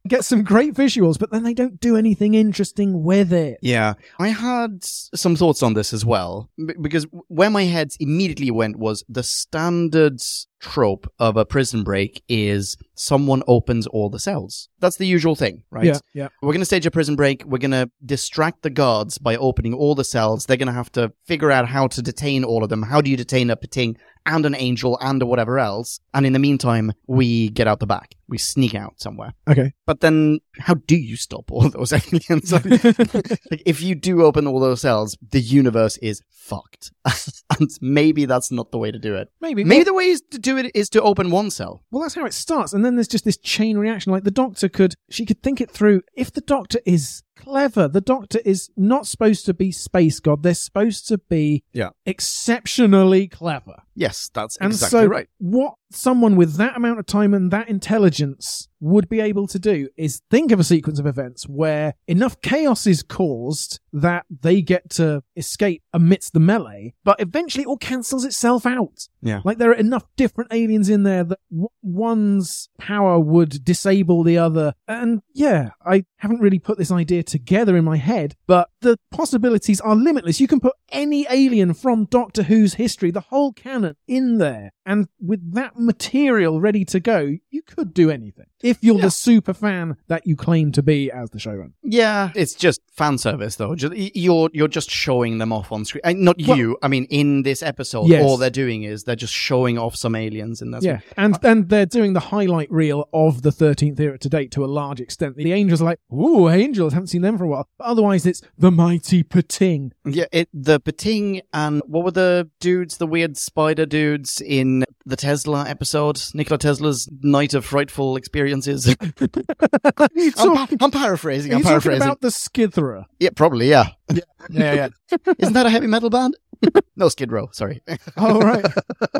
Speaker 1: get some great visuals, but then they don't do anything interesting with it.
Speaker 2: Yeah, I had s- some thoughts on this as well b- because where my head immediately went was the standard trope of a prison break is someone opens all the cells. That's the usual thing, right?
Speaker 1: Yeah, yeah.
Speaker 2: We're going to stage a prison break. We're going to distract the guards by opening all the cells. They're going to have to figure out how to detain all of them. How do you detain a Pating? and an angel and whatever else. And in the meantime, we get out the back. We sneak out somewhere.
Speaker 1: Okay.
Speaker 2: But then, how do you stop all those aliens? like, if you do open all those cells, the universe is fucked. and maybe that's not the way to do it.
Speaker 1: Maybe.
Speaker 2: Maybe the way is to do it is to open one cell.
Speaker 1: Well, that's how it starts, and then there's just this chain reaction. Like the doctor could, she could think it through. If the doctor is clever, the doctor is not supposed to be space god. They're supposed to be
Speaker 2: Yeah.
Speaker 1: exceptionally clever.
Speaker 2: Yes, that's
Speaker 1: And
Speaker 2: exactly
Speaker 1: so,
Speaker 2: right.
Speaker 1: what someone with that amount of time and that intelligence would be able to do is think of a sequence of events where enough chaos is caused that they get to escape amidst the melee, but eventually it all cancels itself out.
Speaker 2: Yeah.
Speaker 1: Like there are enough different aliens in there that w- one's power would disable the other. And yeah, I haven't really put this idea together in my head, but the possibilities are limitless. You can put any alien from Doctor Who's history, the whole canon, in there. And with that material ready to go, you could do anything. If you're
Speaker 2: Yeah.
Speaker 1: the super fan that you claim to be as the showrunner.
Speaker 2: Yeah, it's just fan service though. Just, y- you're you're just showing them off on screen. Uh, Not
Speaker 1: Well-
Speaker 2: you. I mean, in this episode,
Speaker 1: Yes.
Speaker 2: all they're doing is they're just showing off some aliens, and that's
Speaker 1: yeah. And and they're doing the highlight reel of the 13th era to date to a large extent. The angels are like, ooh, angels, haven't seen them for a while. But otherwise, it's the mighty Pating.
Speaker 2: yeah. It, the Pating and what were the dudes, the weird spider dudes in the Tesla episode, Nikola Tesla's night of frightful experiences.
Speaker 1: You're
Speaker 2: I'm,
Speaker 1: talking,
Speaker 2: pa- I'm paraphrasing.
Speaker 1: are
Speaker 2: I'm
Speaker 1: you talking
Speaker 2: paraphrasing.
Speaker 1: about the Skithera.
Speaker 2: Yeah, probably. Yeah.
Speaker 1: Yeah, yeah.
Speaker 2: Isn't that a heavy metal band? no, Skid Row. Sorry.
Speaker 1: oh, right.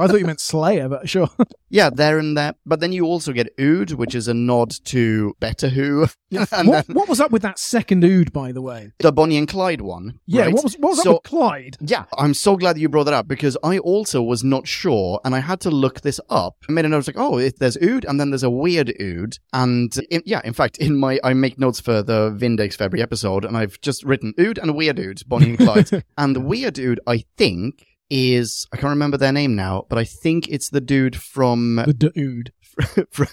Speaker 1: I thought you meant Slayer, but sure.
Speaker 2: Yeah, there and there. But then you also get Ood, which is a nod to Better Who. and
Speaker 1: what,
Speaker 2: then
Speaker 1: what was up with that second Ood, by the way?
Speaker 2: the Bonnie and Clyde one.
Speaker 1: Yeah,
Speaker 2: right?
Speaker 1: what was what was
Speaker 2: So-
Speaker 1: up with Clyde?
Speaker 2: Yeah, I'm so glad that you brought that up because I also was not sure and I had to look this up. I made a note, I was like, oh, it, there's Ood and then there's a weird Ood. And in, yeah, in fact, in my, I make notes for the Vindex February episode and I've just written Ood and Weird Ood, Bonnie and Clyde. and the Weird Ood, I think, is, I can't remember their name now, but I think it's the dude from,
Speaker 1: The d- Ood.
Speaker 2: from,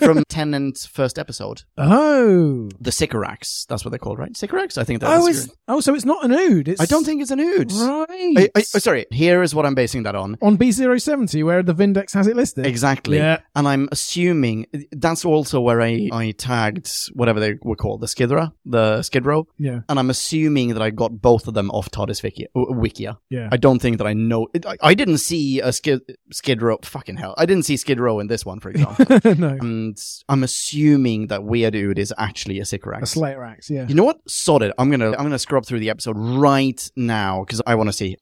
Speaker 2: from Tenant's first episode.
Speaker 1: Oh.
Speaker 2: The Sycorax. That's what they're called, right? Sycorax? I think that's
Speaker 1: Oh, it's, oh, so it's not an Ood. It's
Speaker 2: I don't think it's an Ood.
Speaker 1: Right.
Speaker 2: I, I, oh, sorry, here is what I'm basing that on.
Speaker 1: On B070, where the Vindex has it listed.
Speaker 2: Exactly.
Speaker 1: Yeah.
Speaker 2: And I'm assuming that's also where I, I tagged whatever they were called, the Skidra, the Skid Row.
Speaker 1: Yeah.
Speaker 2: And I'm assuming that I got both of them off TARDIS Wiki, w- Wikia.
Speaker 1: Yeah.
Speaker 2: I don't think that I know. I, I didn't see a Skid, Skid Row. Fucking hell. I didn't see Skid Row in this one, for example.
Speaker 1: no.
Speaker 2: and I'm assuming that Weird Ood is actually a Sycorax.
Speaker 1: A Slayer axe, yeah.
Speaker 2: You know what? Sod it. I'm gonna I'm gonna scrub through the episode right now because I want to see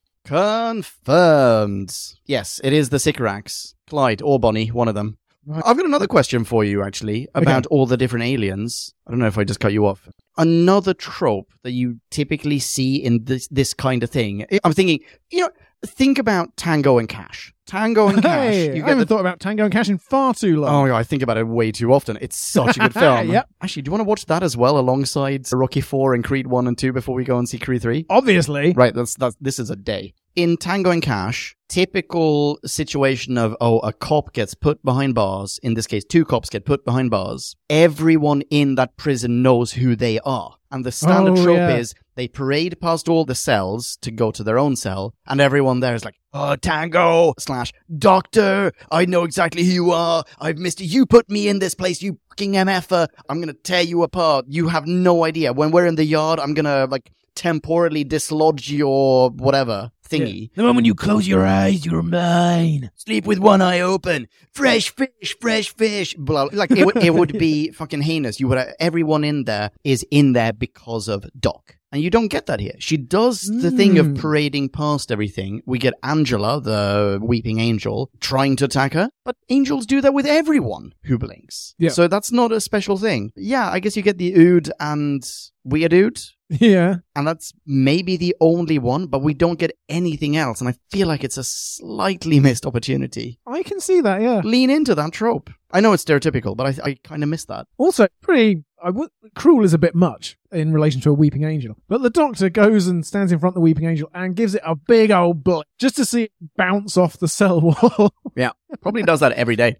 Speaker 2: confirmed. Yes, it is the Sycorax, Clyde or Bonnie, one of them.
Speaker 1: Right.
Speaker 2: I've got another question for you actually about all the different aliens. I don't know if I just cut you off. Another trope that you typically see in this this kind of thing. I'm thinking, you know, think about Tango and Cash. Tango and Cash.
Speaker 1: Hey,
Speaker 2: you
Speaker 1: I
Speaker 2: get
Speaker 1: haven't
Speaker 2: the
Speaker 1: thought about Tango and Cash in far too long.
Speaker 2: Oh my god, I think about it way too often. It's such a good film.
Speaker 1: Yep.
Speaker 2: Actually, do you want to watch that as well alongside Rocky Four and Creed One and Two before we go and see Creed Three?
Speaker 1: Obviously.
Speaker 2: Right, that's that's this is a day. In Tango and Cash, typical situation of oh, a cop gets put behind bars. In this case, two cops get put behind bars. Everyone in that prison knows who they are. And the standard
Speaker 1: Oh,
Speaker 2: trope
Speaker 1: yeah.
Speaker 2: is they parade past all the cells to go to their own cell, and everyone there is like, "Oh, Tango slash Doctor, I know exactly who you are. I've missed you. You put me in this place. You fucking mf'er. I'm gonna tear you apart. You have no idea. When we're in the yard, I'm gonna like temporally dislodge your whatever thingy. The moment you close your eyes, you're mine. Sleep with one eye open. Fresh fish, fresh fish. Blah. Like it, would- it would be fucking heinous. You would. Everyone in there is in there because of Doc. And you don't get that here. She does the thing of
Speaker 1: Mm.
Speaker 2: parading past everything. We get Angela, the weeping angel, trying to attack her, but angels do that with everyone who blinks.
Speaker 1: Yeah.
Speaker 2: So that's not a special thing. Yeah, I guess you get the Ood and Weird Ood,
Speaker 1: Yeah.
Speaker 2: and that's maybe the only one, but we don't get anything else, and I feel like it's a slightly missed opportunity.
Speaker 1: I can see that, yeah.
Speaker 2: Lean into that trope. I know it's stereotypical, but I, I kind of miss that.
Speaker 1: Also, pretty I would cruel is a bit much in relation to a weeping angel. But the doctor goes and stands in front of the weeping angel and gives it a big old bullet just to see it bounce off the cell wall.
Speaker 2: Probably does that every day.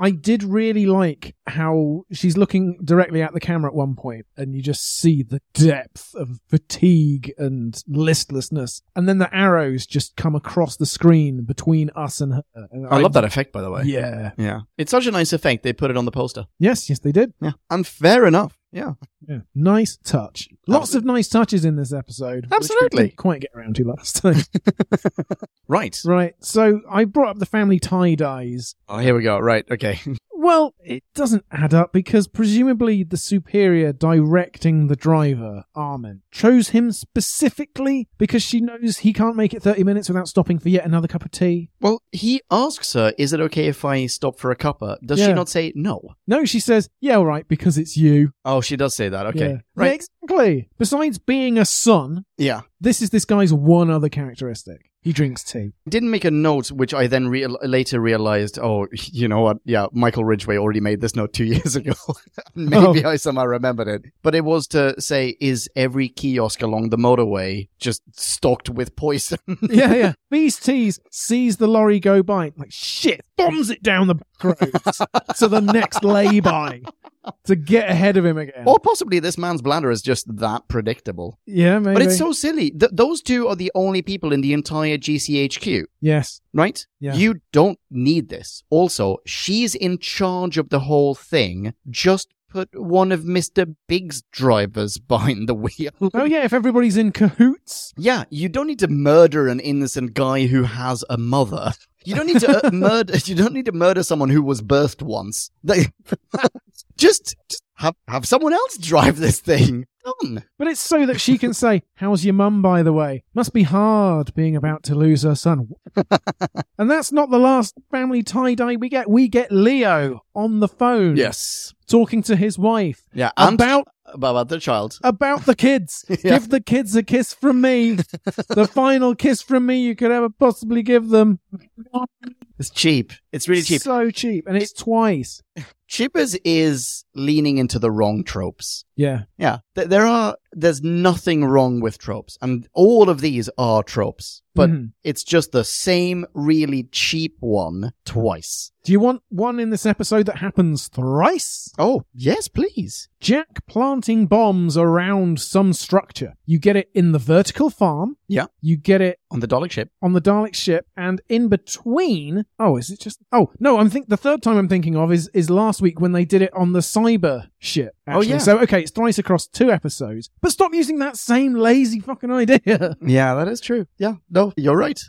Speaker 1: I did really like how she's looking directly at the camera at one point, and you just see the depth of fatigue and listlessness. And then the arrows just come across the screen between us and her. And
Speaker 2: I love that effect, by the way.
Speaker 1: Yeah.
Speaker 2: Yeah. It's such a nice effect. They put it on the poster.
Speaker 1: Yes, yes, they did.
Speaker 2: Yeah. And fair enough. Yeah.
Speaker 1: Yeah. Nice touch. Lots of nice touches in this episode. which we
Speaker 2: Absolutely.
Speaker 1: didn't quite get around to last time.
Speaker 2: Right.
Speaker 1: right. So I brought up the family tie dyes.
Speaker 2: Oh, here we go. Right. Okay.
Speaker 1: Well, it doesn't add up because presumably the superior directing the driver, Armin, chose him specifically because she knows he can't make it 30 minutes without stopping for yet another cup of tea.
Speaker 2: Well, he asks her, "Is it okay if I stop for a cuppa?" Does she
Speaker 1: Yeah.
Speaker 2: not say no?
Speaker 1: No, she says, yeah, all right, because it's you.
Speaker 2: Oh, she does say that. Okay.
Speaker 1: Yeah. Yeah,
Speaker 2: Right.
Speaker 1: exactly. Besides being a son,
Speaker 2: Yeah.
Speaker 1: this is this guy's one other characteristic. He drinks tea.
Speaker 2: Didn't make a note, which I then real- later realized. Oh, you know what? Yeah, Michael Ridgway already made this note two years ago.
Speaker 1: Oh.
Speaker 2: Maybe I somehow remembered it, but it was to say, "Is every kiosk along the motorway just stocked with poison?"
Speaker 1: yeah, yeah. These teas sees the lorry go by, like shit, bombs it down the back roads to the next lay-by to get ahead of him again.
Speaker 2: or possibly this man's bladder is just that predictable.
Speaker 1: Yeah, maybe.
Speaker 2: But it's so silly. Th- those two are the only people in the entire GCHQ.
Speaker 1: yes,
Speaker 2: right?
Speaker 1: Yeah.
Speaker 2: You don't need this. Also, she's in charge of the whole thing. Just put one of Mr. Big's drivers behind the wheel.
Speaker 1: oh yeah, if everybody's in cahoots,
Speaker 2: Yeah, you don't need to murder an innocent guy who has a mother. You don't need to uh, murder. You don't need to murder someone who was birthed once. They- just, just have have someone else drive this thing. Done.
Speaker 1: but it's so that she can say, "How's your mum, by the way? Must be hard being about to lose her son." and that's not the last family tie dye we get. We get Leo on the phone,
Speaker 2: Yes.
Speaker 1: talking to his wife
Speaker 2: Yeah. And about,
Speaker 1: about
Speaker 2: about the child.
Speaker 1: about the kids.
Speaker 2: Yeah.
Speaker 1: Give the kids a kiss from me. the final kiss from me you could ever possibly give them.
Speaker 2: It's cheap. It's really cheap.
Speaker 1: So cheap. And it's twice.
Speaker 2: Chippers is leaning into the wrong tropes.
Speaker 1: Yeah.
Speaker 2: Yeah, th- there are. There's nothing wrong with tropes, and all of these are tropes. But
Speaker 1: Mhm.
Speaker 2: it's just the same really cheap one twice.
Speaker 1: Do you want one in this episode that happens thrice?
Speaker 2: Oh yes, please.
Speaker 1: Jack planting bombs around some structure. You get it in the vertical farm.
Speaker 2: Yeah.
Speaker 1: You get it
Speaker 2: On the Dalek ship.
Speaker 1: on the Dalek ship, and in between, oh, is it just? Oh no, I'm think the third time I'm thinking of is is last week when they did it on the cyber ship. actually.
Speaker 2: Oh, yeah.
Speaker 1: So okay, it's thrice across two episodes, but stop using that same lazy fucking idea.
Speaker 2: Yeah, that is true. Yeah, no, you're right.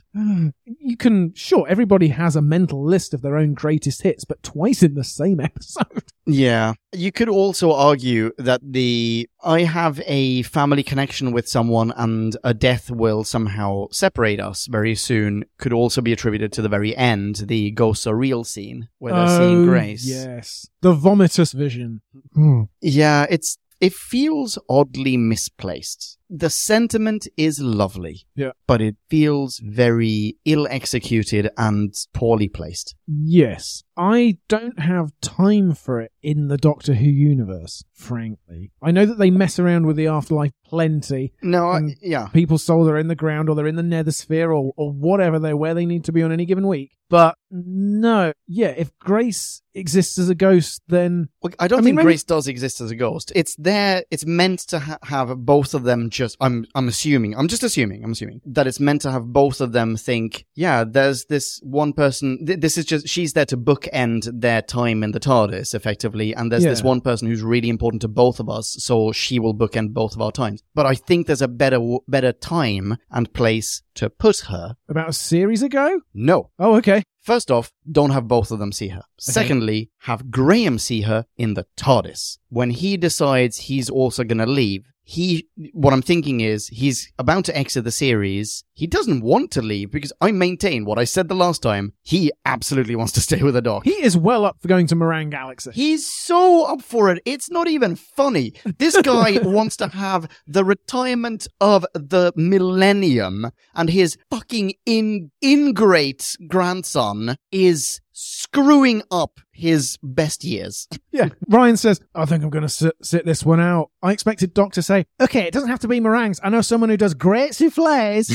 Speaker 1: you can sure everybody has a mental list of their own greatest hits, but twice in the same episode.
Speaker 2: Yeah, you could also argue that the I have a family connection with someone, and a death will somehow separate us very soon. Could also be attributed to the very end, the ghosts are real scene where they're seeing Grace.
Speaker 1: Oh, Yes, the vomitous vision. Hmm.
Speaker 2: Yeah, it's it feels oddly misplaced. The sentiment is lovely.
Speaker 1: Yeah.
Speaker 2: But it feels very ill executed and poorly placed.
Speaker 1: Yes. I don't have time for it in the Doctor Who universe, frankly. I know that they mess around with the afterlife plenty.
Speaker 2: No, I-
Speaker 1: Mm.
Speaker 2: yeah.
Speaker 1: People's souls are in the ground or they're in the nether sphere or, or whatever they're where they need to be on any given week. But no, yeah, if Grace exists as a ghost, then
Speaker 2: Well, I don't
Speaker 1: I mean,
Speaker 2: think
Speaker 1: maybe-
Speaker 2: Grace does exist as a ghost. It's there. It's meant to ha- have both of them. Just I'm. I'm assuming. I'm just assuming. I'm assuming that it's meant to have both of them think. Yeah, there's this one person. Th- this is just. She's there to bookend their time in the TARDIS, effectively. And there's this
Speaker 1: Yeah.
Speaker 2: one person who's really important to both of us, so she will bookend both of our times. But I think there's a better, w- better time and place to put her.
Speaker 1: about a series ago?
Speaker 2: No.
Speaker 1: Oh, okay.
Speaker 2: First off, don't have both of them see her. Secondly, have Graham see her in the TARDIS. When he decides he's also going to leave, he, what I'm thinking is he's about to exit the series. He doesn't want to leave because I maintain what I said the last time. He absolutely wants to stay with the dog.
Speaker 1: He is well up for going to Moran Galaxy.
Speaker 2: He's so up for it. It's not even funny. This guy wants to have the retirement of the millennium, and his fucking in, ingrate grandson is screwing up his best years.
Speaker 1: Yeah. Ryan says, I think I'm going to sit, sit this one out. I expected Doc to say, okay, it doesn't have to be meringues. I know someone who does great souffles.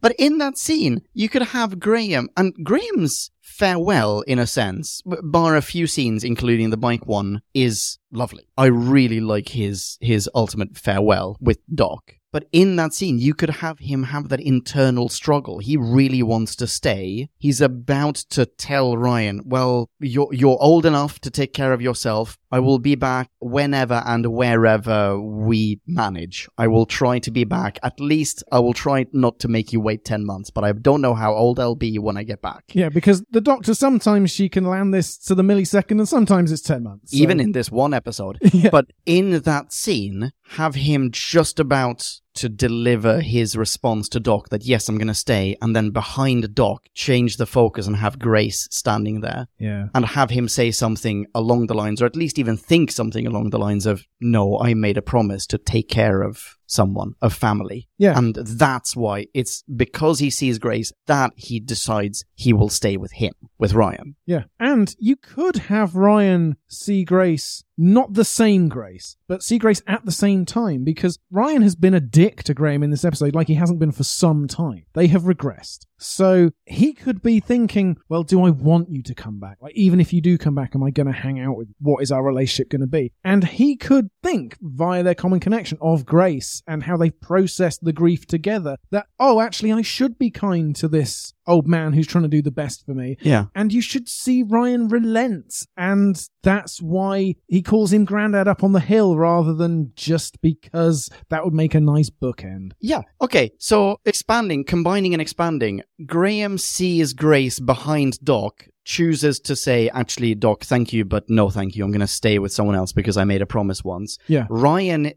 Speaker 2: But in that scene, you could have Graham, and Graham's farewell, in a sense, b- bar a few scenes, including the bike one, is lovely. I really like his his ultimate farewell with Doc. But in that scene, you could have him have that internal struggle. He really wants to stay. He's about to tell Ryan, "Well, you're you're old enough to take care of yourself. I will be back whenever and wherever we manage. I will try to be back. At least I will try not to make you wait 10 months, but I don't know how old I'll be when I get back."
Speaker 1: yeah, because the doctor sometimes she can land this to the millisecond and sometimes it's 10 months. So-
Speaker 2: even in this one episode.
Speaker 1: Yeah.
Speaker 2: But in that scene, have him just about to deliver his response to Doc that, yes, I'm going to stay. And then behind Doc, change the focus and have Grace standing there
Speaker 1: Yeah.
Speaker 2: and have him say something along the lines, or at least even think something along the lines of, no, I made a promise to take care of someone, of family.
Speaker 1: Yeah.
Speaker 2: And that's why it's because he sees Grace that he decides he will stay with him, with Ryan.
Speaker 1: Yeah. And you could have Ryan see Grace, not the same Grace, but see Grace at the same time because Ryan has been a dick to Graham in this episode, like he hasn't been for some time. They have regressed. So he could be thinking, well, do I want you to come back? Like, even if you do come back, am I going to hang out with what is our relationship going to be? And he could think via their common connection of grace and how they've processed the grief together that, oh, actually, I should be kind to this old man who's trying to do the best for me
Speaker 2: Yeah.
Speaker 1: and you should see Ryan relent. And that's why he calls him Grandad up on the hill rather than just because that would make a nice bookend.
Speaker 2: Yeah. Okay. So expanding, combining and expanding. Graham sees Grace behind Doc, chooses to say, actually, Doc, thank you, but no, thank you. I'm going to stay with someone else because I made a promise once.
Speaker 1: Yeah.
Speaker 2: Ryan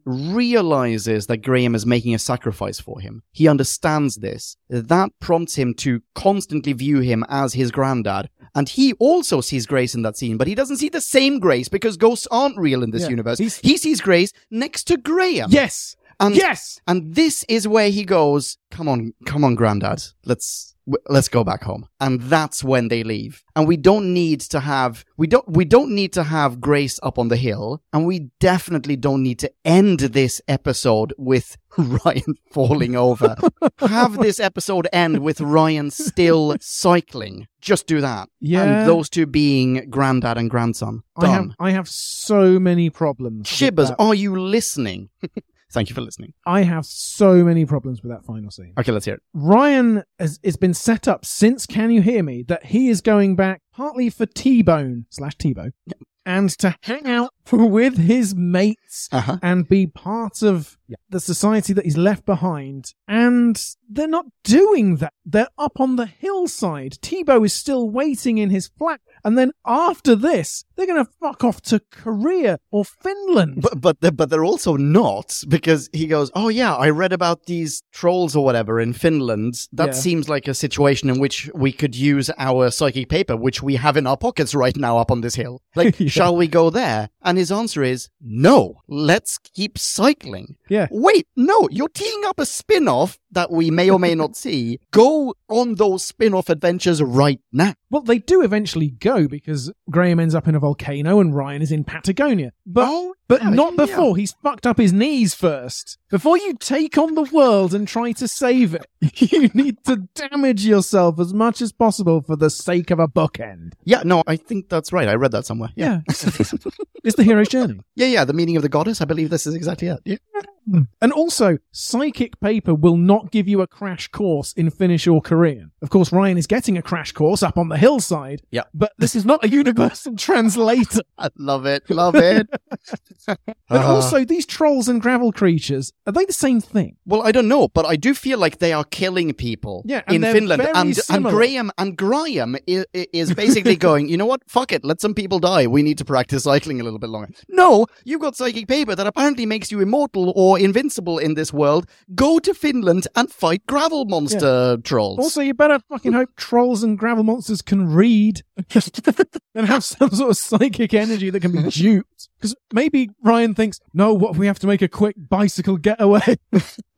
Speaker 2: realizes that Graham is making a sacrifice for him. He understands this. That prompts him to constantly view him as his granddad. And he also sees Grace in that scene, but he doesn't see the same Grace because ghosts aren't real in this
Speaker 1: Yeah.
Speaker 2: universe.
Speaker 1: He's-
Speaker 2: He sees Grace next to Graham.
Speaker 1: Yes!
Speaker 2: And
Speaker 1: yes!
Speaker 2: and this is where he goes, "Come on, come on, Grandad, let's w- let's go back home." And that's when they leave. And we don't need to have we don't we don't need to have Grace up on the hill, and we definitely don't need to end this episode with Ryan falling over. have this episode end with Ryan still cycling. Just do that.
Speaker 1: Yeah.
Speaker 2: And those two being granddad and grandson.
Speaker 1: I
Speaker 2: Done.
Speaker 1: have, I have so many problems. with
Speaker 2: Shibbers,
Speaker 1: that.
Speaker 2: are you listening? Thank you for listening.
Speaker 1: I have so many problems with that final scene.
Speaker 2: Okay, let's hear it.
Speaker 1: Ryan has, has been set up since Can You Hear Me that he is going back partly for T Bone slash T Bow and to hang out with his mates
Speaker 2: Uh huh.
Speaker 1: and be part of the society that is left behind. And they're not doing that. They're up on the hillside. Tebow is still waiting in his flat. And then after this, they're going to fuck off to Korea or Finland.
Speaker 2: but but they're, but they're also not because he goes, oh yeah, I read about these trolls or whatever in Finland. That
Speaker 1: Yeah.
Speaker 2: seems like a situation in which we could use our psychic paper, which we have in our pockets right now up on this hill. Like,
Speaker 1: Yeah.
Speaker 2: shall we go there? And his answer is no. Let's keep cycling.
Speaker 1: Yeah.
Speaker 2: Wait, no, you're teeing up a spin-off that we may or may not see. Go on those spin-off adventures right now.
Speaker 1: Well, they do eventually go because Graham ends up in a volcano and Ryan is in Patagonia. But
Speaker 2: oh,
Speaker 1: But
Speaker 2: yeah,
Speaker 1: not
Speaker 2: yeah.
Speaker 1: before he's fucked up his knees first. Before you take on the world and try to save it, you need to damage yourself as much as possible for the sake of a bookend.
Speaker 2: Yeah, no, I think that's right. I read that somewhere. Yeah.
Speaker 1: it's the hero's journey.
Speaker 2: Yeah, yeah, the meaning of the goddess. I believe this is exactly it. Yeah.
Speaker 1: And also, psychic paper will not give you a crash course in Finnish or Korean. Of course, Ryan is getting a crash course up on the hillside.
Speaker 2: Yeah.
Speaker 1: But this is not a universal translator.
Speaker 2: I love it. Love it.
Speaker 1: But
Speaker 2: Uh,
Speaker 1: also, these trolls and gravel creatures, are they the same thing?
Speaker 2: well, I don't know, but I do feel like they are killing people
Speaker 1: Yeah, and
Speaker 2: in
Speaker 1: they're
Speaker 2: Finland.
Speaker 1: very
Speaker 2: And, and
Speaker 1: similar.
Speaker 2: Graham and Graham is, is basically going, you know what? Fuck it. Let some people die. We need to practice cycling a little bit longer. No, you've got psychic paper that apparently makes you immortal or invincible in this world. Go to Finland and fight gravel monster trolls.
Speaker 1: Also, you better fucking hope trolls and gravel monsters can read and have some sort of psychic energy that can be duped. Because maybe Ryan thinks, no, what if we have to make a quick bicycle getaway?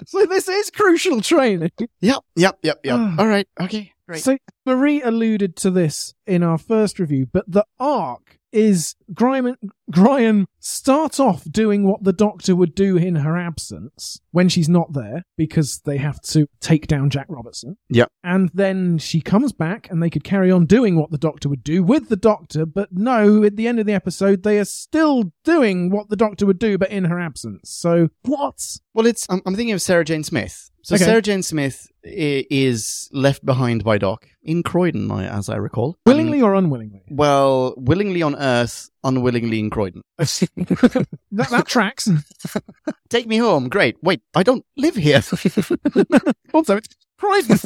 Speaker 1: so this is crucial training.
Speaker 2: yep, yep, yep, yep.
Speaker 1: Ah.
Speaker 2: All right. Okay. Great.
Speaker 1: So Marie alluded to this in our first review, but the arc is Grime Grime starts off doing what the Doctor would do in her absence when she's not there because they have to take down Jack Robertson.
Speaker 2: Yep.
Speaker 1: And then she comes back and they could carry on doing what the Doctor would do with the Doctor, but no, at the end of the episode they are still doing what the Doctor would do but in her absence. So what?
Speaker 2: Well, it's I'm, I'm thinking of Sarah Jane Smith. So
Speaker 1: Okay.
Speaker 2: Sarah Jane Smith i- is left behind by Doc in Croydon, I- as I recall.
Speaker 1: Willingly or unwillingly?
Speaker 2: Um, well, willingly on Earth, unwillingly in Croydon.
Speaker 1: That, that tracks.
Speaker 2: Take me home. Great. Wait, I don't live here.
Speaker 1: also, it's Croydon.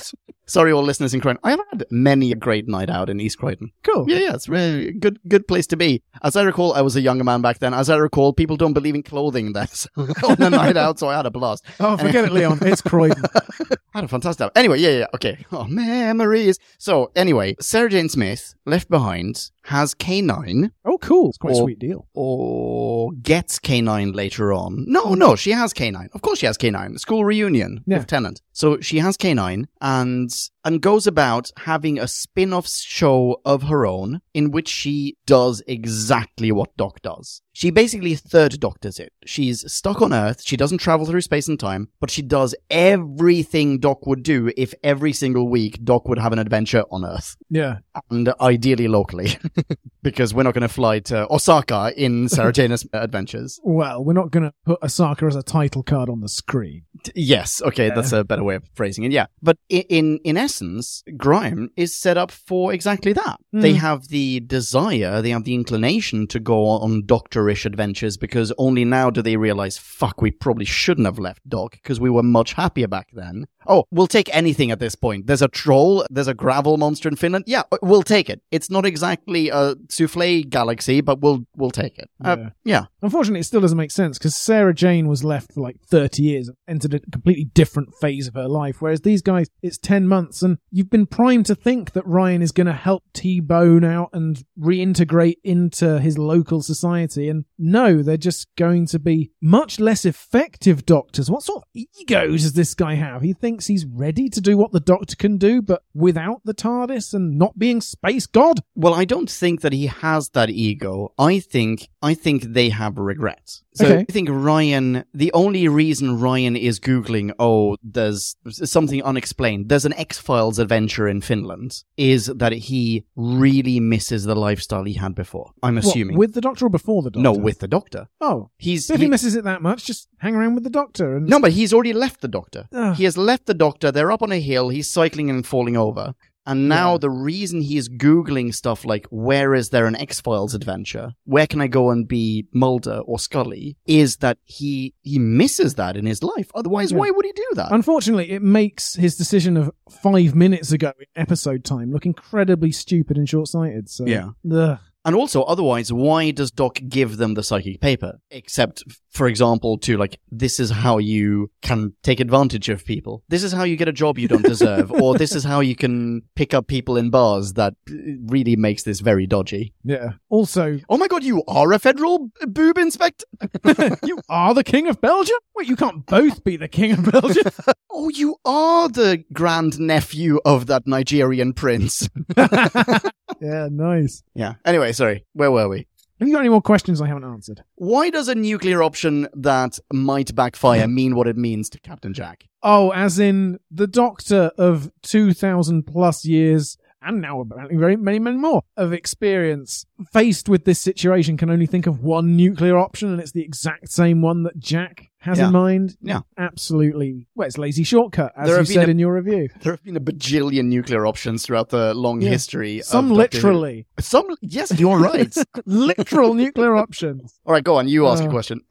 Speaker 2: Sorry, all listeners in Croydon. I have had many a great night out in East Croydon.
Speaker 1: Cool.
Speaker 2: Yeah, yeah, it's really good, good place to be. As I recall, I was a younger man back then. As I recall, people don't believe in clothing there so, on a night out, so I had a blast.
Speaker 1: Oh, forget it, Leon. It's Croydon.
Speaker 2: I had a fantastic time. Anyway, yeah, yeah, okay. Oh, memories. So, anyway, Sarah Jane Smith, left behind, has K9
Speaker 1: Oh, cool. It's quite a
Speaker 2: Or-
Speaker 1: sweet deal.
Speaker 2: or gets K9 later on. No, no, she has K9. Of course she has K9. School reunion
Speaker 1: Yeah.
Speaker 2: with Tennant. So she has K9 and, and goes about having a spin-off show of her own in which she does exactly what Doc does. She basically third doctors it. She's stuck on Earth. She doesn't travel through space and time, but she does everything Doc would do if every single week Doc would have an adventure on Earth
Speaker 1: Yeah.
Speaker 2: and ideally locally, because we're not going to fly to Osaka in Sarah Jane's Adventures.
Speaker 1: Well, we're not going to put Osaka as a title card on the screen.
Speaker 2: D- Yes, okay, that's a better way of phrasing it. Yeah, but i- in in essence, Grime is set up for exactly that.
Speaker 1: Mm.
Speaker 2: They have the desire, they have the inclination to go on doctorish adventures because only now do they realize, fuck, we probably shouldn't have left Doc because we were much happier back then. Oh, we'll take anything at this point. There's a troll, there's a gravel monster in Finland. Yeah, uh, we'll take it. It's not exactly a souffle galaxy, but we'll we'll take it. Uh,
Speaker 1: Yeah.
Speaker 2: yeah.
Speaker 1: Unfortunately, it still doesn't make sense because Sarah Jane was left for like 30 years and entered a completely different phase of her life. Whereas these guys, it's 10 months and you've been primed to think that Ryan is going to help T Bone out and reintegrate into his local society. And no, they're just going to be much less effective doctors. What sort of ego does this guy have? He thinks he's ready to do what the doctor can do, but without the TARDIS and not being space god?
Speaker 2: Well, I don't think that he has that ego. I think I think they have regrets. So
Speaker 1: Okay.
Speaker 2: I think Ryan the only reason Ryan is googling oh there's something unexplained. There's an X-Files adventure in Finland is that he really misses the lifestyle he had before. I'm
Speaker 1: What,
Speaker 2: assuming.
Speaker 1: with the doctor or before the doctor?
Speaker 2: no, with the doctor.
Speaker 1: Oh.
Speaker 2: He's
Speaker 1: So if
Speaker 2: he-
Speaker 1: he misses it that much, just hang around with the doctor and
Speaker 2: No, but he's already left the doctor.
Speaker 1: Ugh.
Speaker 2: He has left the doctor. They're up on a hill. He's cycling and falling over. And now
Speaker 1: Yeah.
Speaker 2: the reason he is Googling stuff like, where is there an X Files adventure? Where can I go and be Mulder or Scully? Is that he, he misses that in his life. Otherwise,
Speaker 1: Yeah.
Speaker 2: why would he do that?
Speaker 1: Unfortunately, it makes his decision of five minutes ago in episode time look incredibly stupid and short sighted. So
Speaker 2: Yeah.
Speaker 1: Ugh.
Speaker 2: And also, otherwise, why does Doc give them the psychic paper? Except, for example, to like, this is how you can take advantage of people. This is how you get a job you don't deserve. or this is how you can pick up people in bars that uh, really makes this very dodgy.
Speaker 1: Yeah. Also,
Speaker 2: Oh my god, you are a federal b- boob inspector?
Speaker 1: you are the king of Belgium? Wait, you can't both be the king of Belgium.
Speaker 2: Oh, you are the grand nephew of that Nigerian prince.
Speaker 1: yeah, nice.
Speaker 2: yeah. Anyway, sorry. Where were we?
Speaker 1: Have you got any more questions I haven't answered?
Speaker 2: Why does a nuclear option that might backfire mean what it means to Captain Jack?
Speaker 1: Oh, as in the doctor of 2,000 plus years and now apparently very many, many more of experience faced with this situation can only think of one nuclear option and it's the exact same one that Jack has
Speaker 2: Yeah.
Speaker 1: in mind.
Speaker 2: Yeah.
Speaker 1: Absolutely. Well, it's lazy shortcut, as
Speaker 2: There
Speaker 1: you
Speaker 2: have been
Speaker 1: said
Speaker 2: a-
Speaker 1: in your review.
Speaker 2: There have been a bajillion nuclear options throughout the long
Speaker 1: Yeah.
Speaker 2: history. of
Speaker 1: Some
Speaker 2: Doctor Who.
Speaker 1: literally,
Speaker 2: Some, yes, you're right.
Speaker 1: literal nuclear options.
Speaker 2: All right, go on. You ask a
Speaker 1: Uh.
Speaker 2: question.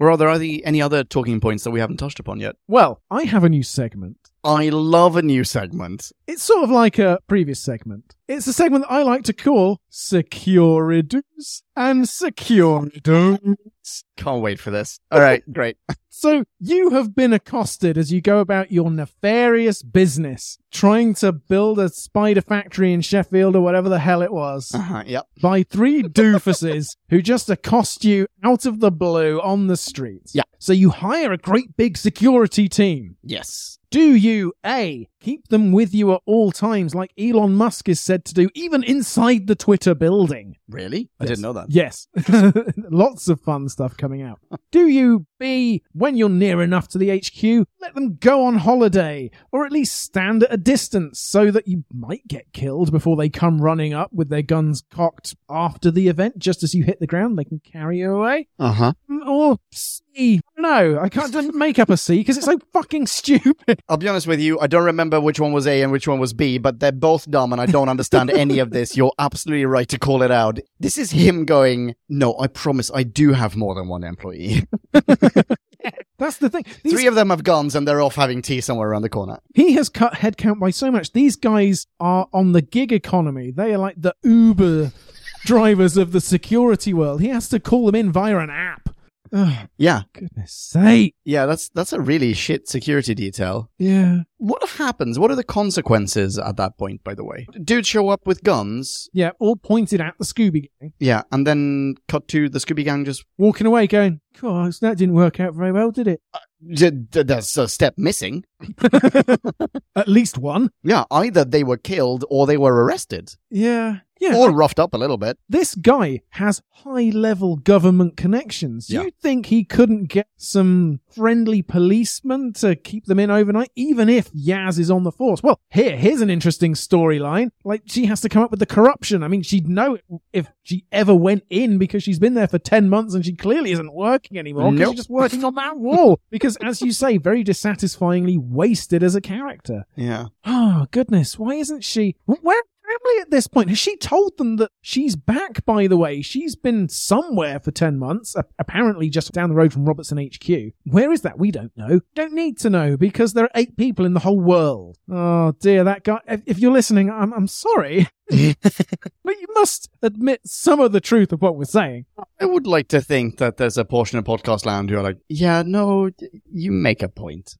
Speaker 2: or are there any, any other talking points that we haven't touched upon yet?
Speaker 1: Well, I have a new segment.
Speaker 2: I love a new segment.
Speaker 1: It's sort of like a previous segment. It's a segment that I like to call Securities and Securities.
Speaker 2: Can't wait for this. All right, great.
Speaker 1: So you have been accosted as you go about your nefarious business, trying to build a spider factory in Sheffield or whatever the hell it was,
Speaker 2: Uh-huh, yep.
Speaker 1: by three doofuses who just accost you out of the blue on the street.
Speaker 2: Yeah.
Speaker 1: So you hire a great big security team.
Speaker 2: Yes.
Speaker 1: Do you A, Keep them with you at all times, like Elon Musk is said to do, even inside the Twitter building.
Speaker 2: Really? I didn't know that.
Speaker 1: Yes, lots of fun stuff coming out. Do you B, when you're near enough to the HQ, let them go on holiday, or at least stand at a distance so that you might get killed before they come running up with their guns cocked after the event, just as you hit the ground, they can carry you away.
Speaker 2: Uh huh.
Speaker 1: Mm, Or C, no, I can't just make up a C because it's so fucking stupid.
Speaker 2: I'll be honest with you. I don't remember which one was A and which one was B, but they're both dumb and I don't understand any of this. You're absolutely right to call it out. This is him going, no, I promise I do have more than one employee.
Speaker 1: That's the thing. These
Speaker 2: Three of them have guns and they're off having tea somewhere around the corner.
Speaker 1: He has cut headcount by so much. These guys are on the gig economy. They are like the Uber drivers of the security world. He has to call them in via an app. Oh,
Speaker 2: Yeah.
Speaker 1: goodness sake.
Speaker 2: Yeah, that's, that's a really shit security detail.
Speaker 1: Yeah.
Speaker 2: What happens? What are the consequences at that point, by the way? Dudes show up with guns.
Speaker 1: Yeah, all pointed at the Scooby gang.
Speaker 2: Yeah. And then cut to the Scooby Gang just,
Speaker 1: Walking away going, course, that didn't work out very well, did it?
Speaker 2: d- d- there's a step missing.
Speaker 1: At least one.
Speaker 2: Yeah, either they were killed or they were arrested
Speaker 1: Yeah. Yeah.
Speaker 2: or roughed up a little bit.
Speaker 1: this guy has high level government connections.
Speaker 2: Yeah.
Speaker 1: You think he couldn't get some friendly policemen to keep them in overnight, even if Yaz is on the force? Well, here, here's an interesting storyline. Like, she has to come up with the corruption. I mean, she'd know it if she ever went in because she's been there for 10 months and she clearly isn't working anymore. 'cause
Speaker 2: Nope.
Speaker 1: She's just working on that wall. because, as you say, very dissatisfyingly wasted as a character.
Speaker 2: Yeah.
Speaker 1: Oh, goodness. Why isn't she? Where family at this point? Has she told them that she's back, by the way? She's been somewhere for 10 months, a- apparently just down the road from Robertson HQ. Where is that? We don't know. Don't need to know because there are eight people in the whole world. Oh, dear. That guy. If, if you're listening, I'm, I'm sorry. but you must admit some of the truth of what we're saying.
Speaker 2: I would like to think that there's a portion of Podcast Land who are like, yeah, no, d- you make a point.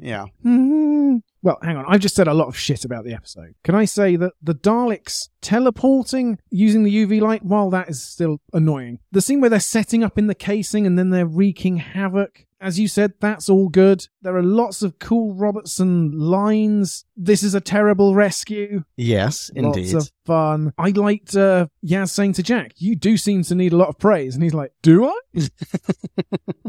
Speaker 2: yeah.
Speaker 1: Mhm. Well, hang on. I've just said a lot of shit about the episode. Can I say that the Daleks teleporting using the UV light, while that is still annoying, the scene where they're setting up in the casing and then they're wreaking havoc, as you said, that's all good. There are lots of cool Robertson lines. This is a terrible rescue.
Speaker 2: Yes,
Speaker 1: Lots of fun. I liked uh, Yaz saying to Jack, you do seem to need a lot of praise. And he's like, do I?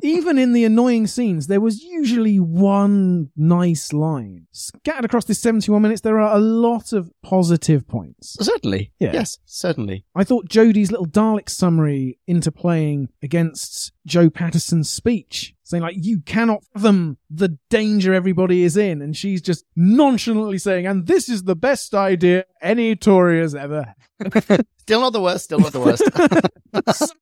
Speaker 1: Even in the annoying scenes, there was usually one nice line. Scattered across this 71 minutes, there are a lot of positive points.
Speaker 2: Certainly.
Speaker 1: Yeah.
Speaker 2: Yes, certainly.
Speaker 1: I thought Jodie's little Dalek summary interplaying against Joe Patterson's speech, saying like, you cannot fathom the danger everybody is in. And she's just nonchalantly saying, and this is the best idea any Tory has ever had.
Speaker 2: Still not the worst, still not the worst.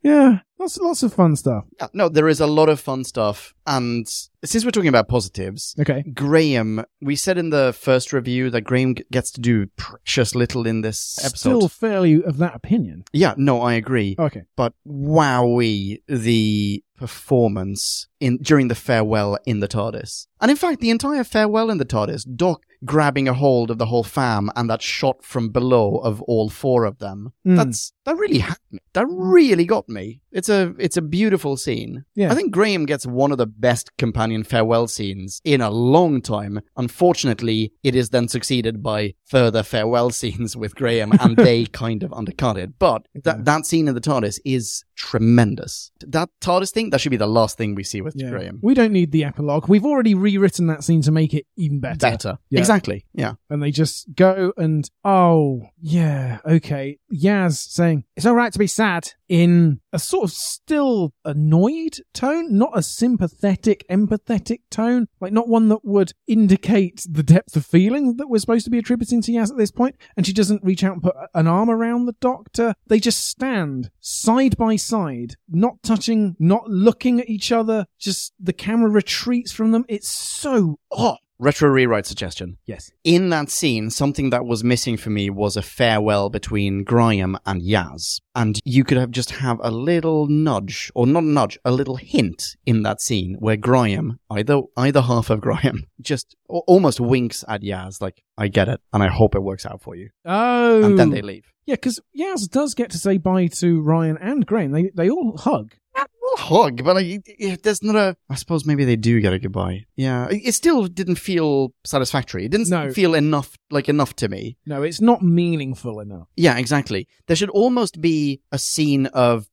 Speaker 1: Yeah, lots, lots of fun stuff.
Speaker 2: Yeah, no, there is a lot of fun stuff. And since we're talking about positives,
Speaker 1: Okay.
Speaker 2: Graham, we said in the first review that Graham g- gets to do precious little in this episode.
Speaker 1: Still fairly of that opinion.
Speaker 2: yeah, no, I agree.
Speaker 1: Okay.
Speaker 2: but wowee the performance in during the farewell in the TARDIS. And in fact the entire farewell in the TARDIS, Doc grabbing a hold of the whole fam and that shot from below of all four of them.
Speaker 1: Mm.
Speaker 2: That's that really had me. That really got me. It's a it's a beautiful scene.
Speaker 1: Yeah.
Speaker 2: I think Graham gets one of the best companion farewell scenes in a long time. Unfortunately, it is then succeeded by further farewell scenes with Graham, and they kind of undercut it. But
Speaker 1: Okay.
Speaker 2: that that scene in the TARDIS is tremendous. That TARDIS thing that should be the last thing we see with
Speaker 1: Yeah.
Speaker 2: Graham.
Speaker 1: We don't need the epilogue. We've already rewritten that scene to make it even better.
Speaker 2: Better,
Speaker 1: Yeah.
Speaker 2: exactly. Yeah,
Speaker 1: And they just go and, oh, yeah, okay. Yaz saying, it's all right to be sad in a sort of still annoyed tone, not a sympathetic, empathetic tone, like not one that would indicate the depth of feeling that we're supposed to be attributing to Yaz at this point. And she doesn't reach out and put an arm around the doctor. They just stand side by side, not touching, not looking at each other. Just the camera retreats from them. It's so odd.
Speaker 2: retro rewrite suggestion.
Speaker 1: Yes.
Speaker 2: in that scene, something that was missing for me was a farewell between Graham and Yaz. And you could have just have a little nudge, or not a nudge, a little hint in that scene where Graham, either either half of Graham, just a- almost winks at Yaz, like, I get it, and I hope it works out for you.
Speaker 1: Oh.
Speaker 2: And then they leave.
Speaker 1: Yeah, because Yaz does get to say bye to Ryan and Graham. They they all hug. That
Speaker 2: little hug, but I, if there's not a. I suppose maybe they do get a goodbye. Yeah, it it still didn't feel satisfactory. It didn't
Speaker 1: No.
Speaker 2: feel enough, like enough to me.
Speaker 1: No, it's not meaningful enough.
Speaker 2: Yeah, exactly. There should almost be a scene of.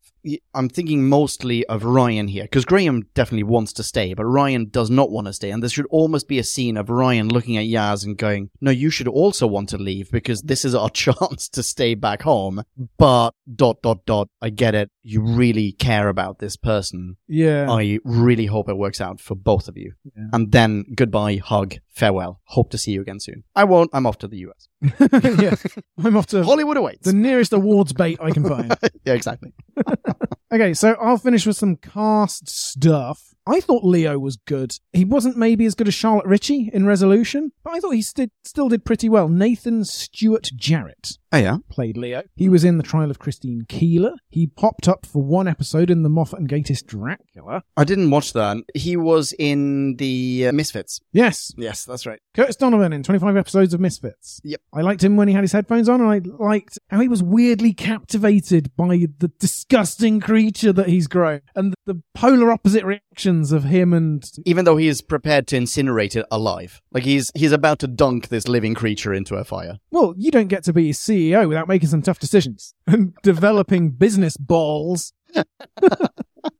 Speaker 2: I'm thinking mostly of Ryan here, because Graham definitely wants to stay, but Ryan does not want to stay. And there should almost be a scene of Ryan looking at Yaz and going, No, you should also want to leave because this is our chance to stay back home. But dot, dot, dot, I get it. You really care about this person.
Speaker 1: Yeah.
Speaker 2: I really hope it works out for both of you.
Speaker 1: Yeah.
Speaker 2: And then goodbye, hug, farewell. Hope to see you again soon. I won't. I'm off to the US.
Speaker 1: yeah. I'm off to
Speaker 2: Hollywood awaits.
Speaker 1: the nearest awards bait I can find.
Speaker 2: Yeah, exactly.
Speaker 1: Okay, so I'll finish with some cast stuff. I thought Leo was good. He wasn't maybe as good as Charlotte Ritchie in Resolution, but I thought he sti- still did pretty well. Nathan Stewart Jarrett
Speaker 2: Oh, yeah.
Speaker 1: played Leo. He was in The Trial of Christine Keeler. He popped up for one episode in The Moffat and Gatiss Dracula.
Speaker 2: I didn't watch that. He was in the uh, Misfits.
Speaker 1: Yes,
Speaker 2: Yes, that's right.
Speaker 1: Curtis Donovan in 25 episodes of Misfits.
Speaker 2: Yep.
Speaker 1: I liked him when he had his headphones on, and I liked how he was weirdly captivated by the disgusting creature that he's grown and the polar opposite reactions of him and
Speaker 2: Even though he is prepared to incinerate it alive, like he's he's about to dunk this living creature into a fire.
Speaker 1: Well, you don't get to be CEO without making some tough decisions and developing business balls.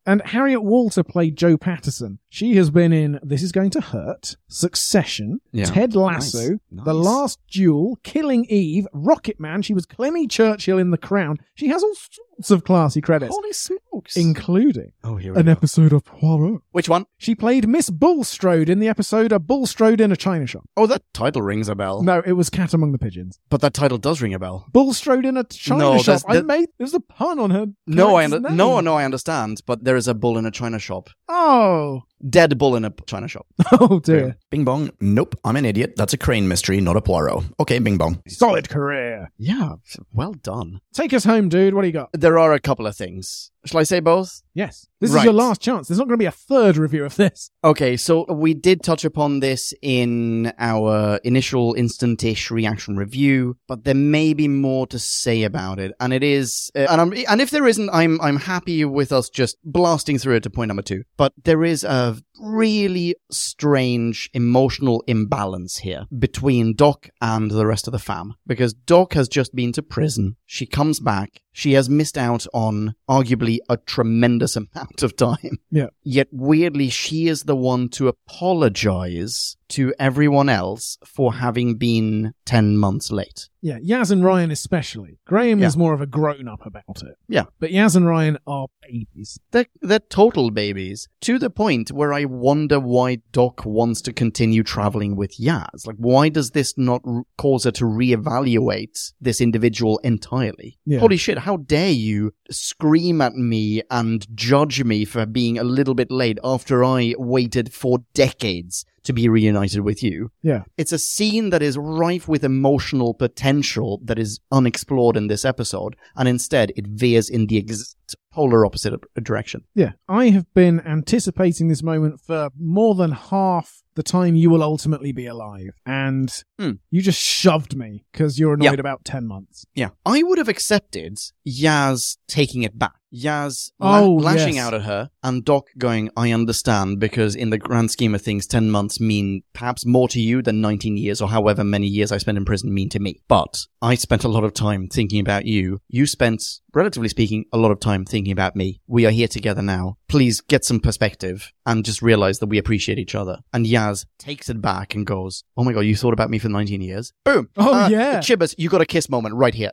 Speaker 1: and Harriet Walter played Joe Patterson. She has been in This Is Going to Hurt, Succession,
Speaker 2: Yeah.
Speaker 1: Ted Lasso,
Speaker 2: Nice.
Speaker 1: The
Speaker 2: Nice.
Speaker 1: Last Duel, Killing Eve, Rocket Man. She was Clemmy Churchill in The Crown. She has all sorts of classy credits,
Speaker 2: Holy smokes!
Speaker 1: including
Speaker 2: oh, here we
Speaker 1: an
Speaker 2: go.
Speaker 1: episode of Poirot.
Speaker 2: Which one?
Speaker 1: She played Miss Bulstrode in the episode A Bulstrode in a China Shop.
Speaker 2: Oh, that title rings a bell.
Speaker 1: No, it was Cat Among the Pigeons.
Speaker 2: But that title does ring a bell.
Speaker 1: Bulstrode in a china
Speaker 2: No,
Speaker 1: shop.
Speaker 2: that's-
Speaker 1: I
Speaker 2: that-
Speaker 1: made there's a pun on her.
Speaker 2: No, I
Speaker 1: character's
Speaker 2: under-
Speaker 1: name.
Speaker 2: no, no, I understand. But there is a bull in a china shop.
Speaker 1: Oh,
Speaker 2: Dead bull in a china shop.
Speaker 1: oh dear.
Speaker 3: Bing bong. Nope, I'm an idiot. That's a crane mystery, not a Poirot. Okay, bing bong.
Speaker 1: Solid career.
Speaker 2: Yeah, well done.
Speaker 1: Take us home, dude. What do you got?
Speaker 2: There are a couple of things. Shall I say both?
Speaker 1: Yes, this is
Speaker 2: Right.
Speaker 1: your last chance. There's not going to be a third review of this.
Speaker 2: Okay, so we did touch upon this in our initial instantish reaction review, but there may be more to say about it, and it is, uh, and I'm, and if there isn't, I'm, I'm happy with us just blasting through it to point number two. But there is a really strange emotional imbalance here between Doc and the rest of the fam, because Doc has just been to prison. She comes back. She has missed out on arguably a tremendous amount of time yet weirdly she is the one to apologize to everyone else for having been 10 months late
Speaker 1: Yeah, Yaz and Ryan especially. Graham
Speaker 2: Yeah.
Speaker 1: is more of a grown up about it.
Speaker 2: Yeah.
Speaker 1: but Yaz and Ryan are babies.
Speaker 2: they're, they're total babies to the point where i wonder why doc wants to continue traveling with yaz like why does this not r- cause her to reevaluate this individual entirely
Speaker 1: Yeah.
Speaker 2: holy shit how dare you scream at me and judge me for being a little bit late after i waited for decades to be reunited with you
Speaker 1: Yeah,
Speaker 2: it's a scene that is rife with emotional potential that is unexplored in this episode, and instead it veers in the exact polar opposite of- direction.
Speaker 1: yeah. I have been anticipating this moment for more than half the time you will ultimately be alive, and
Speaker 2: Hmm.
Speaker 1: you just shoved me because you're annoyed
Speaker 2: Yeah.
Speaker 1: about ten months.
Speaker 2: Yeah. I would have accepted Yaz taking it back. Yaz
Speaker 1: Oh,
Speaker 2: la- lashing
Speaker 1: yes.
Speaker 2: out at her and Doc going, I understand, because in the grand scheme of things, 10 months mean perhaps more to you than 19 years or however many years I spent in prison mean to me. But I spent a lot of time thinking about you. You spent, relatively speaking, a lot of time thinking about me. We are here together now. Please get some perspective and just realize that we appreciate each other. And Yaz takes it back and goes, Oh my God, you thought about me for 19 years? Boom.
Speaker 1: Oh,
Speaker 2: Uh,
Speaker 1: yeah.
Speaker 2: Chibbers, you got a kiss moment right here.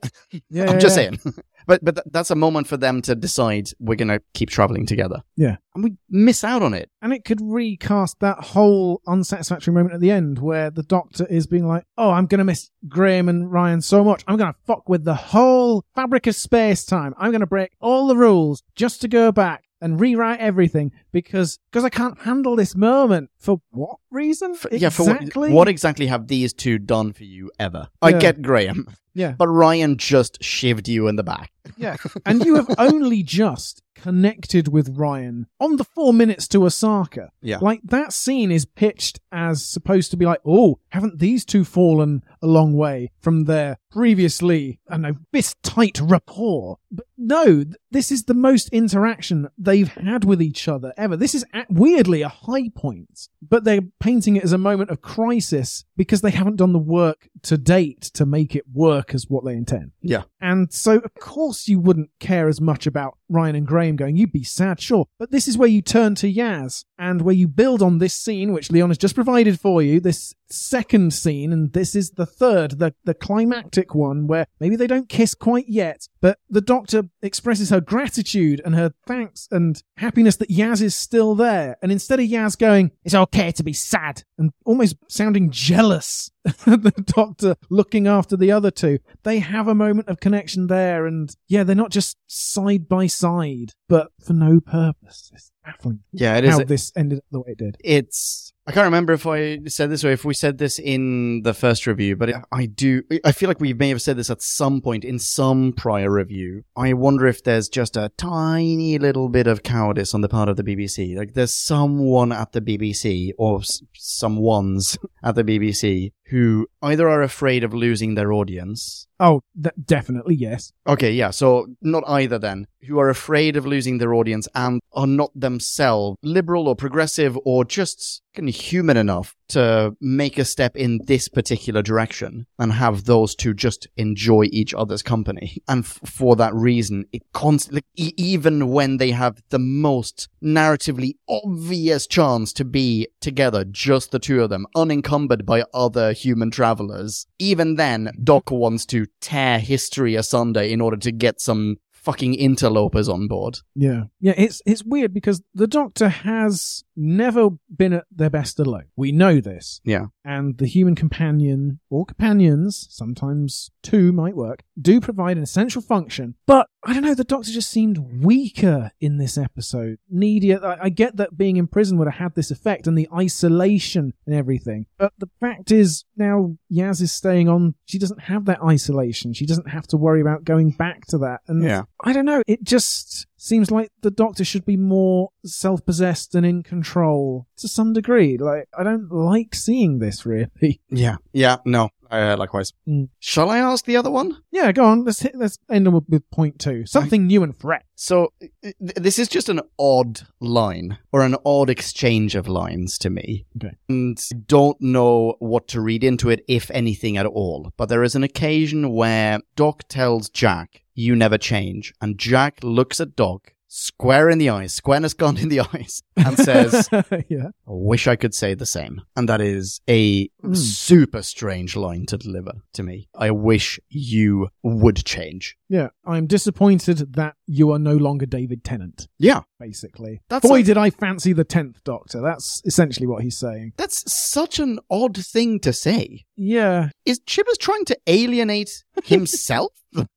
Speaker 1: Yeah,
Speaker 2: I'm
Speaker 1: yeah,
Speaker 2: just
Speaker 1: yeah.
Speaker 2: saying. but but th- that's a moment for them to decide we're going to keep traveling together.
Speaker 1: Yeah.
Speaker 2: And we miss out on it.
Speaker 1: And it could recast that whole unsatisfactory moment at the end where the doctor is being like, oh, I'm going to miss Graham and Ryan so much. I'm going to fuck with the whole fabric of space time. I'm going to break all the rules just to go back and rewrite everything because cause I can't handle this moment. For what reason?
Speaker 2: Yeah, for what-
Speaker 1: exactly.
Speaker 2: what, e-, exactly have these two done for you ever? I
Speaker 1: Yeah.
Speaker 2: get Graham,
Speaker 1: yeah.
Speaker 2: but Ryan just shivved you in the back.
Speaker 1: Yeah. and you have only just connected with Ryan on the four minutes to Osaka.
Speaker 2: Yeah.
Speaker 1: Like that scene is pitched as supposed to be like, oh, haven't these two fallen a long way from their previously, I don't know, fist tight rapport? But no, th- this is the most interaction they've had with each other ever. This is a- weirdly a high point, but they're painting it as a moment of crisis because they haven't done the work to date to make it work as what they intend.
Speaker 2: Yeah.
Speaker 1: And so, of course, you wouldn't care as much about Ryan and Graham going, you'd be sad, sure. But this is where you turn to Yaz and where you build on this scene, which Leon has just provided for you, this second scene, and this is the third, the, the climactic one, where maybe they don't kiss quite yet, but the doctor expresses her gratitude and her thanks and happiness that Yaz is still there. And instead of Yaz going, it's okay to be sad, and almost sounding jealous the doctor looking after the other two. They have a moment of connection there, and yeah, they're not just side by side, but for no purpose. It's baffling
Speaker 2: Yeah, it
Speaker 1: how
Speaker 2: is.
Speaker 1: this ended up the way it did.
Speaker 2: it's I can't remember if I said this or if we said this in the first review, but I- I do. I feel like we may have said this at some point in some prior review. I wonder if there's just a tiny little bit of cowardice on the part of the BBC. Like there's someone at the BBC or s- someone's at the BBC who either are afraid of losing their audience
Speaker 1: Oh, th- definitely yes.
Speaker 2: Okay, yeah, so not either then, who are afraid of losing their audience and are not themselves liberal or progressive or just kind of human enough to make a step in this particular direction and have those two just enjoy each other's company. And f- for that reason, it constantly, e- even when they have the most narratively obvious chance to be together, just the two of them, unencumbered by other human travelers, even then, Doc wants to tear history asunder in order to get some fucking interlopers on board.
Speaker 1: Yeah. Yeah, it's it's weird because the doctor has never been at their best alone. We know this.
Speaker 2: Yeah.
Speaker 1: And the human companion or companions, sometimes two might work, do provide an essential function. But I don't know, the doctor just seemed weaker in this episode. Needier. I, I get that being in prison would have had this effect and the isolation and everything. But the fact is, now Yaz is staying on, she doesn't have that isolation. She doesn't have to worry about going back to that. And
Speaker 2: Yeah.
Speaker 1: I don't know. It just seems like the Doctor should be more self-possessed and in control to some degree. Like I don't like seeing this really.
Speaker 2: Yeah. Yeah, no, uh, likewise.
Speaker 1: Mm.
Speaker 2: Shall I ask the other one?
Speaker 1: Yeah, go on. Let's hit. Let's end on with, with point two. Something new and fresh.
Speaker 2: So i- i- this is just an odd line or an odd exchange of lines to me.
Speaker 1: Okay.
Speaker 2: And I don't know what to read into it, if anything at all. But there is an occasion where Doc tells Jack, you never change. And Jack looks at Doc square in the eyes, squareness gone in the eyes, and says,
Speaker 1: yeah.
Speaker 2: I wish I could say the same. And that is a
Speaker 1: Mm.
Speaker 2: super strange line to deliver to me. I wish you would change.
Speaker 1: Yeah. I'm disappointed that you are no longer David Tennant.
Speaker 2: Yeah.
Speaker 1: Basically,
Speaker 2: That's
Speaker 1: boy,
Speaker 2: a-
Speaker 1: did I fancy the tenth Doctor. That's essentially what he's saying.
Speaker 2: That's such an odd thing to say.
Speaker 1: Yeah.
Speaker 2: Is Chibbers trying to alienate himself? like,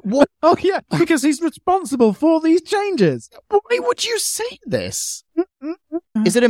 Speaker 2: what?
Speaker 1: Oh yeah, because he's responsible for these changes.
Speaker 2: Why would you say this? Is it a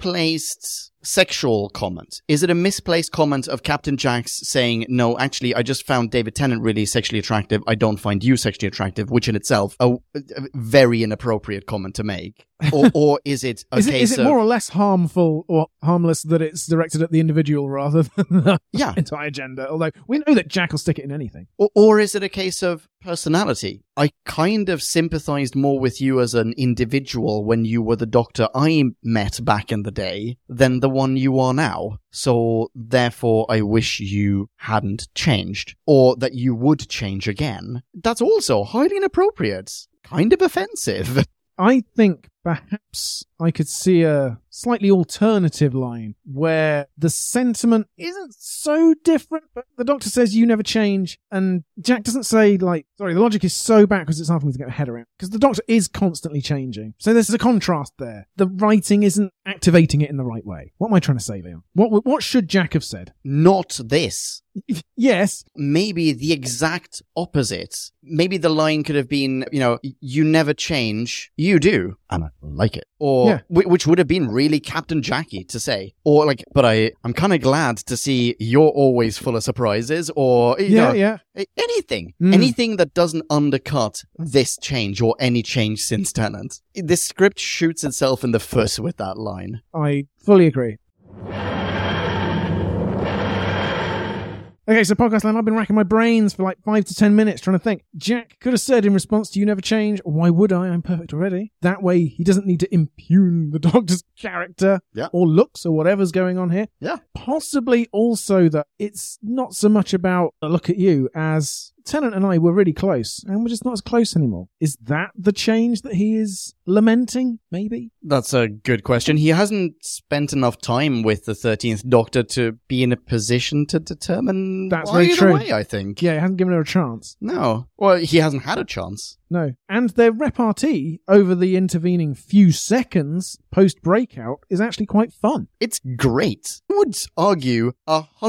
Speaker 2: misplaced sexual comment? Is it a misplaced comment of Captain Jack's saying, "No, actually, I just found David Tennant really sexually attractive. I don't find you sexually attractive," which in itself a, a very inappropriate comment to make. Or, or is it a
Speaker 1: Is it,
Speaker 2: case
Speaker 1: is it
Speaker 2: of
Speaker 1: more or less harmful or harmless that it's directed at the individual rather than the
Speaker 2: yeah?
Speaker 1: entire gender? Although we know that Jack will stick it in anything.
Speaker 2: Or, or is it a case of personality? I kind of sympathized more with you as an individual when you were the doctor I met back in the day than the one you are now. So therefore, I wish you hadn't changed or that you would change again. That's also highly inappropriate, kind of offensive.
Speaker 1: I think perhaps I could see a slightly alternative line where the sentiment isn't so different, but the doctor says you never change, and Jack doesn't say like, sorry, the logic is so backwards it's hard for me to get my head around because the doctor is constantly changing. So there's a contrast there. The writing isn't activating it in the right way. What am I trying to say, Leon? What w- what should Jack have said?
Speaker 2: Not this.
Speaker 1: Yes,
Speaker 2: maybe the exact opposite. Maybe the line could have been, you know, you never change, you do, and I like it. Or
Speaker 1: Yeah.
Speaker 2: whi- which would have been really Captain Jackie to say, or like, but I, I'm kind of glad to see you're always full of surprises, or you
Speaker 1: yeah,
Speaker 2: know,
Speaker 1: yeah.
Speaker 2: a- anything,
Speaker 1: Mm.
Speaker 2: anything that doesn't undercut this change or any change since Tennant. This script shoots itself in the foot with that line.
Speaker 1: I fully agree. Okay, so podcast land, I've been racking my brains for like five to ten minutes trying to think. Jack could have said in response to "You Never Change," "Why would I? I'm perfect already." That way, he doesn't need to impugn the Doctor's character
Speaker 2: Yeah.
Speaker 1: or looks or whatever's going on here.
Speaker 2: Yeah.
Speaker 1: Possibly also that it's not so much about a look at you as Tennant and I were really close, and we're just not as close anymore. Is that the change that he is lamenting? Maybe.
Speaker 2: That's a good question. He hasn't spent enough time with the 13th Doctor to be in a position to determine
Speaker 1: That's
Speaker 2: either
Speaker 1: very true.
Speaker 2: way, I think.
Speaker 1: Yeah, he hasn't given her a chance.
Speaker 2: No. Well, he hasn't had a chance.
Speaker 1: No. And their repartee over the intervening few seconds post breakout is actually quite fun.
Speaker 2: It's great. I would argue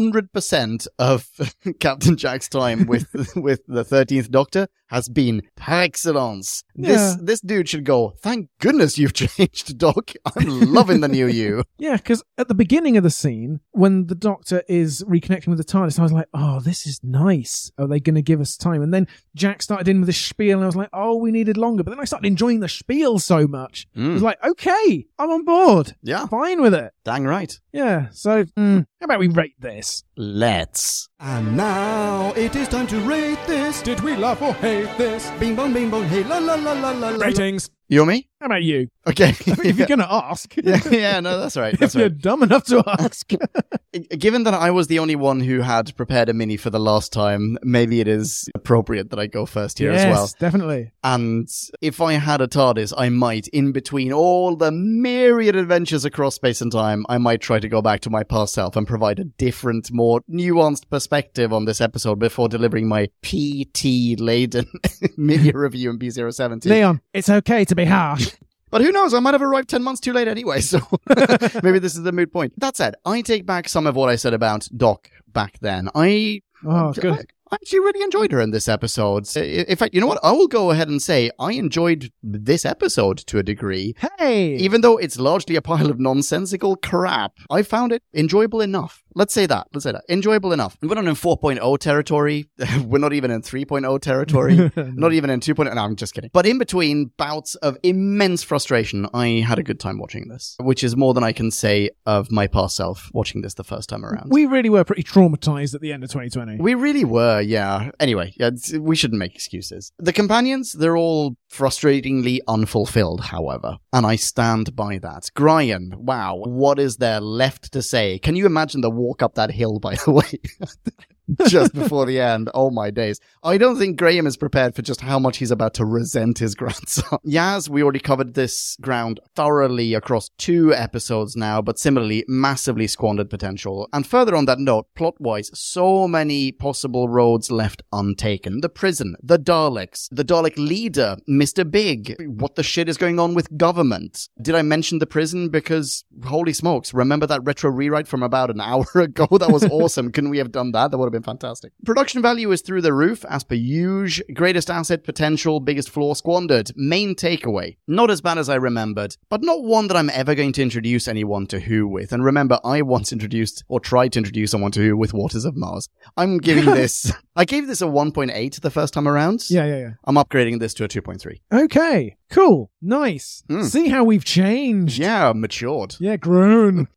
Speaker 2: 100% of Captain Jack's time with with the 13th Doctor has been par excellence.
Speaker 1: Yeah.
Speaker 2: This this dude should go, "Thank goodness you've changed, Doc. I'm loving the new you."
Speaker 1: Yeah, because at the beginning of the scene, when the doctor is reconnecting with the TARDIS, I was like, oh, this is nice. Are they going to give us time? And then Jack started in with a spiel, and I was like, oh, we needed longer. But then I started enjoying the spiel so much. I was
Speaker 2: Mm,
Speaker 1: like, okay, I'm on board.
Speaker 2: yeah,
Speaker 1: Fine with it.
Speaker 2: dang right.
Speaker 1: Yeah, so mm, how about we rate this?
Speaker 2: Let's.
Speaker 3: And now it is time to rate this. Did we love or hate this?
Speaker 2: Bing bong bing bong. Hey la la la la la. la.
Speaker 1: Ratings.
Speaker 2: You and me?
Speaker 1: How about you?
Speaker 2: Okay.
Speaker 1: If you're going to ask,
Speaker 2: yeah, yeah, no, that's right.
Speaker 1: if
Speaker 2: That's
Speaker 1: you're
Speaker 2: right.
Speaker 1: dumb enough to ask.
Speaker 2: I- Given that I was the only one who had prepared a mini for the last time, maybe it is appropriate that I go first here as well.
Speaker 1: definitely.
Speaker 2: And if I had a TARDIS, I might, in between all the myriad adventures across space and time, I might try to go back to my past self and provide a different, more nuanced perspective on this episode before delivering my PT laden media review in B070.
Speaker 1: Leon, it's okay to be harsh.
Speaker 2: But who knows? I might have arrived 10 months too late anyway, so maybe this is the moot point. That said, I take back some of what I said about Doc back then. I,
Speaker 1: Oh,
Speaker 2: I,
Speaker 1: good.
Speaker 2: I actually really enjoyed her in this episode. I- In fact, you know what? I will go ahead and say I enjoyed this episode to a degree.
Speaker 1: Hey,
Speaker 2: Even though it's largely a pile of nonsensical crap, I found it enjoyable enough. Let's say that. Let's say that. Enjoyable enough. We're not in 4.0 territory. We're not even in 3.0 territory. Not even in 2.0. No, I'm just kidding. But in between bouts of immense frustration, I had a good time watching this, which is more than I can say of my past self watching this the first time around.
Speaker 1: we really were pretty traumatized at the end of 2020.
Speaker 2: We really were, yeah. Anyway, yeah, it's- we shouldn't make excuses. The companions, they're all frustratingly unfulfilled, however, and I stand by that. Gryan, wow, what is there left to say? Can you imagine the walk up that hill, by the way? just before the end. Oh my days. I don't think Graham is prepared for just how much he's about to resent his grandson. Yaz, we already covered this ground thoroughly across two episodes now, but similarly, massively squandered potential. And further on that note, plot wise, so many possible roads left untaken. The prison, the Daleks, the Dalek leader, Mr. Big. What the shit is going on with government? Did I mention the prison? Because holy smokes, remember that retro rewrite from about an hour ago? That was awesome. Couldn't we have done that? That would have been fantastic. Production value is through the roof, as per huge. Greatest asset potential, biggest flaw squandered. Main takeaway. Not as bad as I remembered, but not one that I'm ever going to introduce anyone to Who with. And remember, I once introduced or tried to introduce someone to Who with Waters of Mars. I'm giving this, I gave this a 1.8 the first time around.
Speaker 1: yeah, yeah, yeah.
Speaker 2: I'm upgrading this to a 2.3.
Speaker 1: Okay, cool, nice.
Speaker 2: Hmm.
Speaker 1: See how we've changed.
Speaker 2: Yeah, matured.
Speaker 1: Yeah, groan.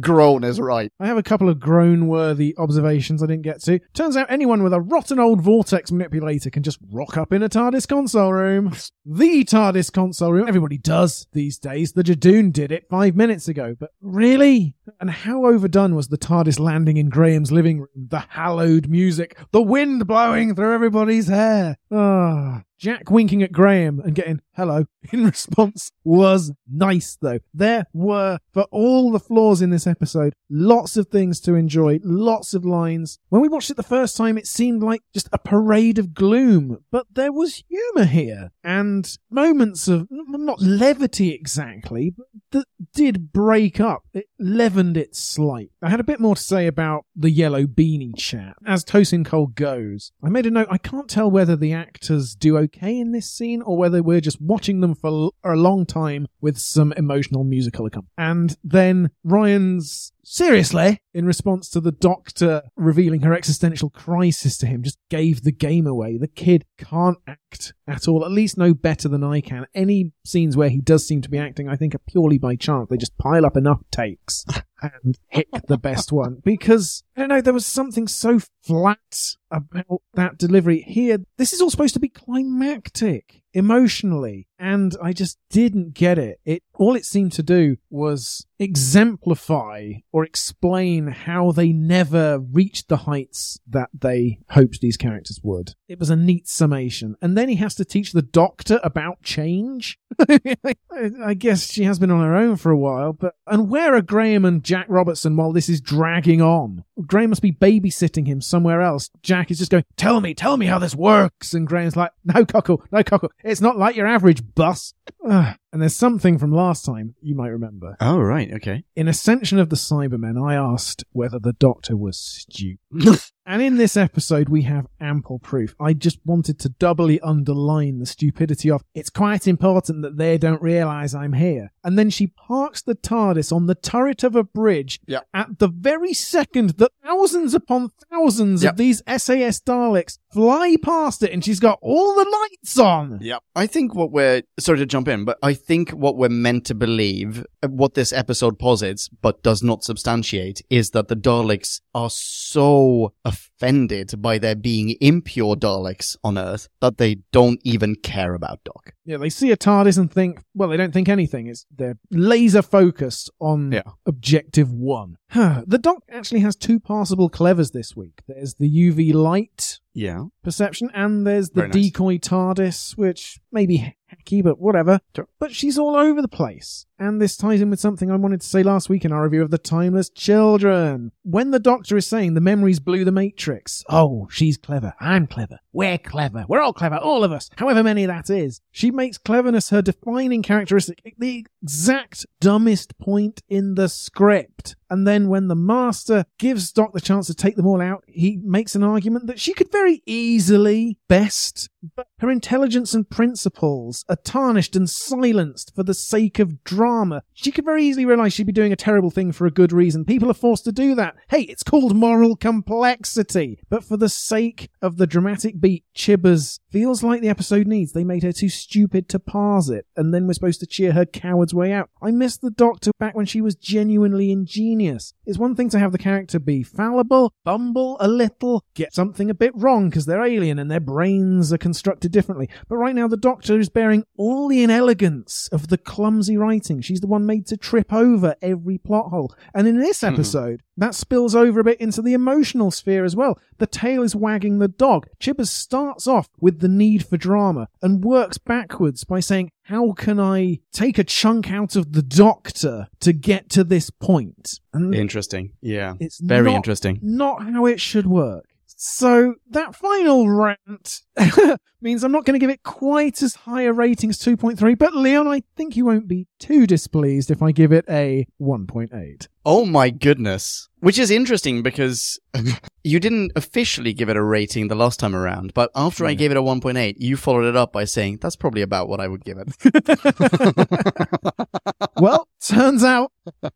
Speaker 2: Grown is right.
Speaker 1: I have a couple of groan worthy observations I didn't get to. Turns out anyone with a rotten old vortex manipulator can just rock up in a TARDIS console room. The TARDIS console room. Everybody does these days. The Jadoon did it five minutes ago. But really? And how overdone was the TARDIS landing in Graham's living room? The hallowed music, the wind blowing through everybody's hair. Ah. Jack winking at Graham and getting hello in response was nice though. There were, for all the flaws in this episode, lots of things to enjoy, lots of lines. When we watched it the first time, it seemed like just a parade of gloom, but there was humor here and moments of, not levity exactly, but that did break up. It leavened it slight. I had a bit more to say about the yellow beanie chap. As Tosin Cole goes, I made a note. I can't tell whether the actors do okay in this scene or whether we're just watching them for l- a long time with some emotional musical accompaniment. And then Ryan's seriously in response to the doctor revealing her existential crisis to him just gave the game away the kid can't act at all at least no better than i can any scenes where he does seem to be acting i think are purely by chance they just pile up enough takes hand pick the best one because I don't know. There was something so flat about that delivery here. This is all supposed to be climactic emotionally, and I just didn't get it. It all it seemed to do was exemplify or explain how they never reached the heights that they hoped these characters would. It was a neat summation, and then he has to teach the doctor about change. I- I guess she has been on her own for a while, but and where are Graham and Jack Robertson while this is dragging on? Graham must be babysitting him somewhere else. Jack is just going, "Tell me, tell me how this works," and Graham's like, "No cockle, no cockle. It's not like your average bus." Ugh. and there's something from last time you might remember.
Speaker 2: Oh, right. Okay.
Speaker 1: In Ascension of the Cybermen, I asked whether the Doctor was stupid. And in this episode, we have ample proof. I just wanted to doubly underline the stupidity of it's quite important that they don't realize I'm here. And then she parks the TARDIS on the turret of a bridge
Speaker 2: Yeah.
Speaker 1: at the very second that thousands upon thousands
Speaker 2: Yeah.
Speaker 1: of these SAS Daleks fly past it, and she's got all the lights on.
Speaker 2: Yep. I think what we're sorry to jump in, but I think what we're meant to believe, uh, what this episode posits but does not substantiate, is that the Daleks are so offended by there being impure Daleks on Earth that they don't even care about Doc.
Speaker 1: Yeah, they see a TARDIS and think, well, they don't think anything. It's they're laser focused on
Speaker 2: Yeah.
Speaker 1: objective one. Huh. The doc actually has two passable clevers this week. There's the UV light
Speaker 2: Yeah.
Speaker 1: perception, and there's the
Speaker 2: Very nice.
Speaker 1: decoy TARDIS, which may be hacky, but whatever.
Speaker 2: Sure.
Speaker 1: But she's all over the place. And this ties in with something I wanted to say last week in our review of The Timeless Children. When the Doctor is saying the memories blew the Matrix, oh, she's clever, I'm clever, we're clever, we're all clever, all of us, however many that is, she makes cleverness her defining characteristic at the exact dumbest point in the script. And then when the Master gives Doc the chance to take them all out, he makes an argument that she could very easily best, but her intelligence and principles are tarnished and silenced for the sake of drama. She could very easily realize she'd be doing a terrible thing for a good reason. People are forced to do that. Hey, it's called moral complexity. But for the sake of the dramatic beat, Chibbers feels like the episode needs. They made her too stupid to parse it, and then we're supposed to cheer her coward's way out. I miss the Doctor back when she was genuinely ingenious. It's one thing to have the character be fallible, bumble a little, get something a bit wrong because they're alien and their brains are constructed differently. But right now, the Doctor is bearing all the inelegance of the clumsy writing. She's the one made to trip over every plot hole. And in this episode, that spills over a bit into the emotional sphere as well. The tail is wagging the dog. Chibbers starts off with the need for drama and works backwards by saying, how can I take a chunk out of the doctor to get to this point? And
Speaker 2: Interesting. Yeah.
Speaker 1: it's
Speaker 2: Very
Speaker 1: not
Speaker 2: interesting.
Speaker 1: not how it should work. So that final rant means I'm not going to give it quite as high a rating as 2.3, but Leon, I think you won't be too displeased if I give it a 1.8.
Speaker 2: Oh my goodness. Which is interesting because you didn't officially give it a rating the last time around, but after I gave it a 1.8, you followed it up by saying, that's probably about what I would give it.
Speaker 1: well, turns out,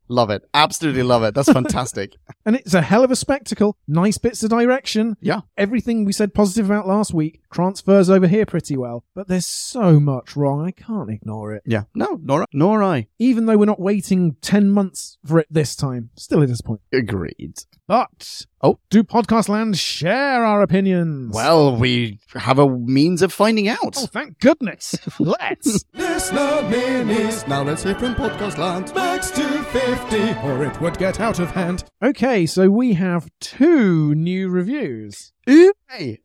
Speaker 2: love it. Absolutely love it. That's fantastic.
Speaker 1: and it's a hell of a spectacle. Nice bits of direction.
Speaker 2: Yeah.
Speaker 1: Everything we said positive about last week transfers over here pretty well, but there's so much wrong, I can't ignore it.
Speaker 2: Yeah. No, nor, nor I.
Speaker 1: Even though we're not waiting 10 months for it this time, still a disappointment.
Speaker 2: Agreed.
Speaker 1: But
Speaker 2: Oh.
Speaker 1: do podcast land share our opinions?
Speaker 2: Well, we have a means of finding out.
Speaker 1: oh, thank goodness. Let's.
Speaker 3: Listener minis. Now let's hear from Podcast Land. Max 250, or it would get out of hand.
Speaker 1: Okay, so we have two new reviews.
Speaker 2: Hey,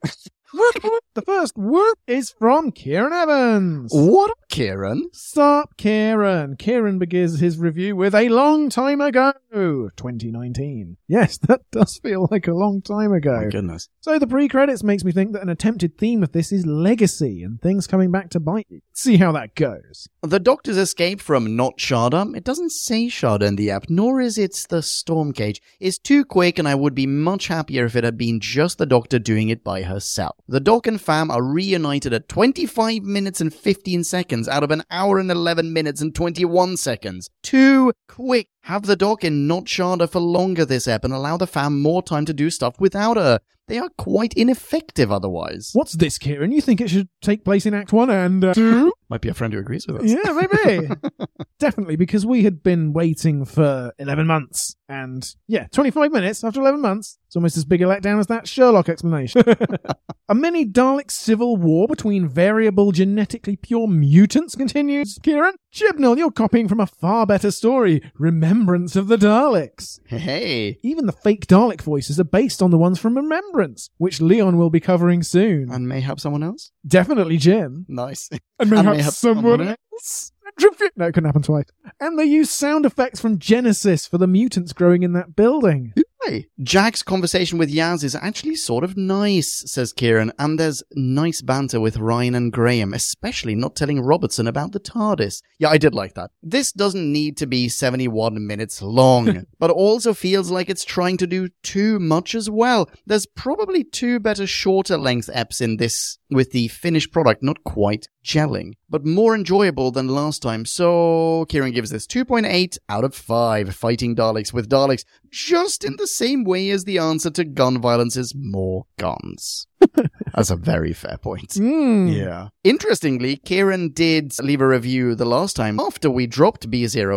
Speaker 1: Whoop, whoop. the first whoop is from Kieran Evans.
Speaker 2: what up, Kieran?
Speaker 1: Sup, Kieran. Kieran begins his review with a long time ago, 2019. Yes, that does feel like a long time ago.
Speaker 2: goodness.
Speaker 1: So the pre-credits makes me think that an attempted theme of this is legacy and things coming back to bite you. See how that goes.
Speaker 2: The Doctor's escape from not Sharda, it doesn't say Sharda in the app, nor is it the Storm Cage, is too quick and I would be much happier if it had been just the Doctor doing it by herself. The Doc and Fam are reunited at 25 minutes and 15 seconds out of an hour and 11 minutes and 21 seconds. Too quick! Have the Doc in not Sharda for longer this ep and allow the Fam more time to do stuff without her. They are quite ineffective otherwise.
Speaker 1: What's this, Kieran? You think it should take place in Act One and uh, Two?
Speaker 2: Might be a friend who agrees with us.
Speaker 1: Yeah, maybe. Definitely, because we had been waiting for 11 months. And yeah, 25 minutes after 11 months. It's almost as big a letdown as that Sherlock explanation. a mini Dalek civil war between variable, genetically pure mutants continues, Kieran. Chibnall, you're copying from a far better story Remembrance of the Daleks.
Speaker 2: Hey,
Speaker 1: Even the fake Dalek voices are based on the ones from Remembrance, which Leon will be covering soon.
Speaker 2: and mayhap someone else.
Speaker 1: Definitely Jim.
Speaker 2: Nice.
Speaker 1: And
Speaker 2: And
Speaker 1: mayhap,
Speaker 2: mayhap
Speaker 1: someone,
Speaker 2: someone
Speaker 1: else. No, it couldn't happen twice. And they use sound effects from Genesis for the mutants growing in that building.
Speaker 2: Hey, Jack's conversation with Yaz is actually sort of nice, says Kieran, and there's nice banter with Ryan and Graham, especially not telling Robertson about the TARDIS. Yeah, I did like that. This doesn't need to be 71 minutes long, but also feels like it's trying to do too much as well. There's probably two better shorter length eps in this, with the finished product not quite gelling, but more enjoyable than last time. So Kieran gives this 2.8 out of 5, fighting Daleks with Daleks just in the same way as the answer to gun violence is more guns. That's a very fair point.
Speaker 1: Mm.
Speaker 2: Yeah. Interestingly, Kieran did leave a review the last time after we dropped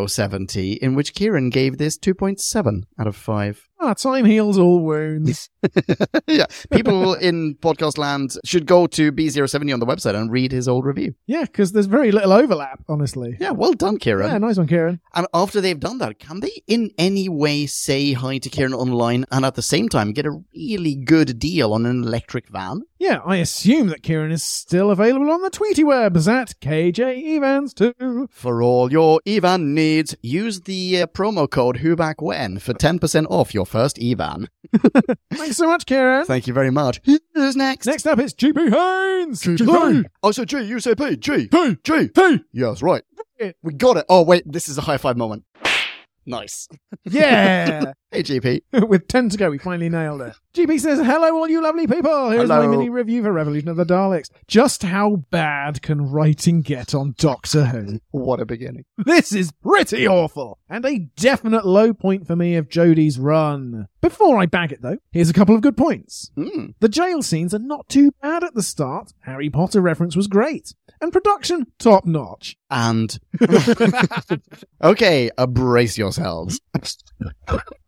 Speaker 2: B070, in which Kieran gave this 2.7 out of 5.
Speaker 1: Ah, time heals all wounds.
Speaker 2: yeah. People in podcast land should go to B070 on the website and read his old review.
Speaker 1: yeah, because there's very little overlap, honestly.
Speaker 2: Yeah, well done, Kieran.
Speaker 1: Yeah, nice one, Kieran.
Speaker 2: And after they've done that, can they in any way say hi to Kieran online and at the same time get a really good deal on an electric van?
Speaker 1: Yeah, I assume that Kieran is still available on the Tweety webs at KJ Evans too.
Speaker 2: For all your Evan needs, use the uh, promo code Who Back When for 10% off your first Evan.
Speaker 1: Thanks so much, Kieran.
Speaker 2: Thank you very much. Who's next?
Speaker 1: Next up, it's GP Haynes.
Speaker 2: I said G, you said P. G.
Speaker 1: Hey,
Speaker 2: G.
Speaker 1: hey.
Speaker 2: Yes, right.
Speaker 1: Yeah.
Speaker 2: We got it. Oh, wait, this is a high five moment. Nice.
Speaker 1: Yeah.
Speaker 2: Hey, GP.
Speaker 1: With 10 to go, we finally nailed it. GP says, Hello, all you lovely people. Here's my
Speaker 2: Hello.
Speaker 1: mini review for Revolution of the Daleks. Just how bad can writing get on Doctor Who?
Speaker 2: What a beginning.
Speaker 1: This is pretty awful, and a definite low point for me of Jodie's run. Before I bag it, though, here's a couple of good points.
Speaker 2: Mm.
Speaker 1: The jail scenes are not too bad at the start. Harry Potter reference was great. And production, top notch.
Speaker 2: And. okay, uh, brace yourselves.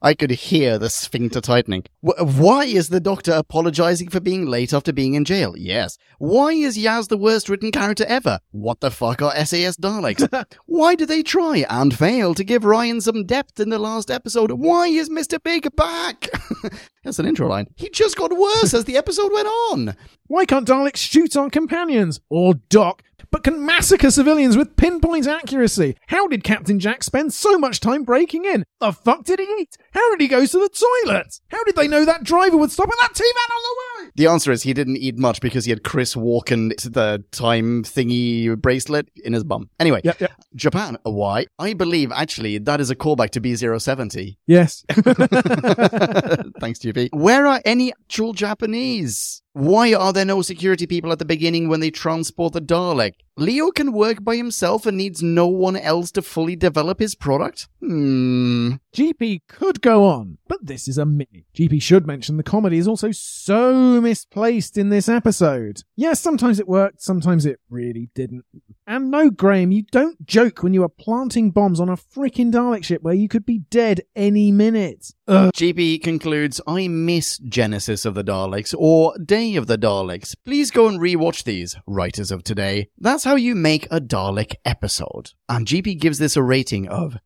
Speaker 2: I could hear the sphincter tightening. Wh- why is the doctor apologizing for being late after being in jail? Yes. Why is Yaz the worst written character ever? What the fuck are SAS Daleks? why do they try and fail to give Ryan some depth in the last episode? Why is Mr. Big back? That's an intro line. He just got worse as the episode went on.
Speaker 1: Why can't Daleks shoot on companions or dock, but can massacre civilians with pinpoint accuracy? How did Captain Jack spend so much time breaking in? The fuck did he eat? How did he go to the toilet? How did they know that driver would stop at that T-man on the way?
Speaker 2: The answer is he didn't eat much because he had Chris Walken, the time thingy bracelet, in his bum. Anyway,
Speaker 1: Yep, yep.
Speaker 2: Japan, why? I believe actually that is a callback to B070.
Speaker 1: Yes.
Speaker 2: Thanks, GP. Where are any actual Japanese? Why are there no security people at the beginning when they transport the Dalek? Leo can work by himself and needs no one else to fully develop his product? Hmm.
Speaker 1: GP could go on, but this is a mini. GP should mention the comedy is also so misplaced in this episode. Yes, sometimes it worked, sometimes it really didn't. And no, Graham, you don't joke when you are planting bombs on a freaking Dalek ship where you could be dead any minute. Ugh.
Speaker 2: GB concludes, I miss Genesis of the Daleks or Day of the Daleks. Please go and rewatch these, writers of today. That's how you make a Dalek episode. And GB gives this a rating of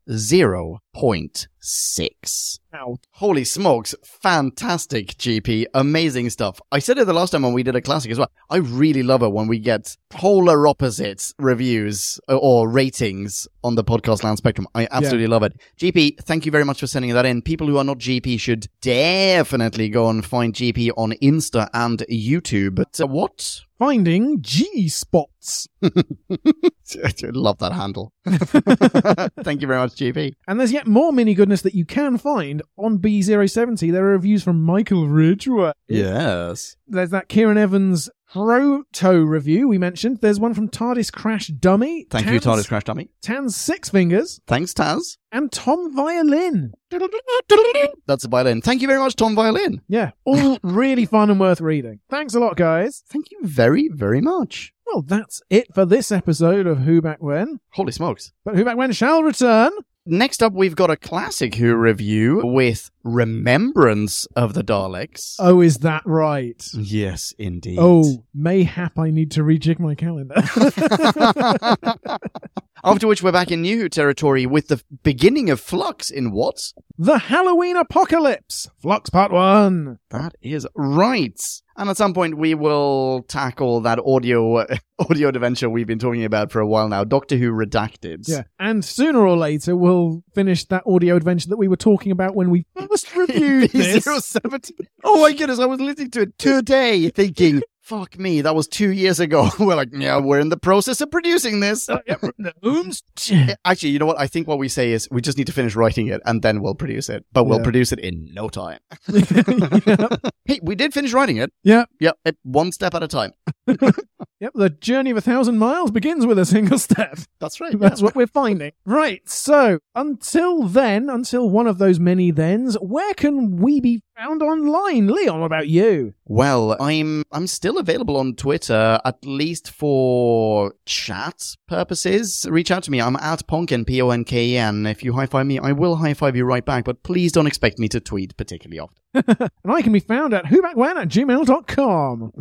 Speaker 2: 0.6.
Speaker 1: Ow.
Speaker 2: Holy smokes, fantastic, GP. Amazing stuff. I said it the last time when we did a classic as well. I really love it when we get polar opposites reviews uh, or ratings on the podcast land spectrum. I absolutely love it. GP, thank you very much for sending that in. People who are not GP should definitely go and find GP on Insta and YouTube. But uh, what?
Speaker 1: Finding G spots.
Speaker 2: I love that handle. thank you very much, GP.
Speaker 1: And there's yet more mini goodness that you can find on B070. There are reviews from Michael Ridgeway.
Speaker 2: Yes.
Speaker 1: There's that Kieran Evans Proto review we mentioned. There's one from TARDIS Crash Dummy.
Speaker 2: Thank you,
Speaker 1: Tan's-
Speaker 2: TARDIS Crash Dummy.
Speaker 1: Tan's Six Fingers
Speaker 2: Thanks, Taz.
Speaker 1: and Tom Violin.
Speaker 2: That's a violin. Thank you very much, Tom Violin.
Speaker 1: Yeah, all really fun and worth reading. Thanks a lot, guys.
Speaker 2: Thank you very, very much.
Speaker 1: Well, that's it for this episode of Who Back When.
Speaker 2: Holy smokes.
Speaker 1: But Who Back When shall return.
Speaker 2: Next up, we've got a classic Who review with Remembrance of the Daleks.
Speaker 1: Oh, is that right?
Speaker 2: yes, indeed.
Speaker 1: Oh, mayhap I need to rejig my calendar.
Speaker 2: After which, we're back in New Who territory with the beginning of Flux in what?
Speaker 1: the Halloween Apocalypse, Flux Part 1.
Speaker 2: That is right. And at some point, we will tackle that audio audio adventure we've been talking about for a while now, Doctor Who Redacted.
Speaker 1: Yeah, and sooner or later we'll finish that audio adventure that we were talking about when we first reviewed this.
Speaker 2: 017. Oh my goodness, I was listening to it today thinking, fuck me, that was two years ago. We're like, yeah, we're in the process of producing this.
Speaker 1: Uh,
Speaker 2: Actually, you know what? I think what we say is we just need to finish writing it and then we'll produce it, but we'll
Speaker 1: Yeah.
Speaker 2: produce it in no time.
Speaker 1: yep.
Speaker 2: Hey, we did finish writing it.
Speaker 1: Yep.
Speaker 2: Yeah, it- one step at a time.
Speaker 1: Yep, the journey of a thousand miles begins with a single step.
Speaker 2: That's right.
Speaker 1: That's what we're finding. Right, so until then, until one of those many thens, where can we be found online? Leon, what about you?
Speaker 2: Well, I'm I'm still available on Twitter, at least for chat purposes. Reach out to me. I'm at Ponken, P O N K E N. If you high five me, I will high five you right back, but please don't expect me to tweet particularly often.
Speaker 1: And I can be found at whobackwhen at gmail.com.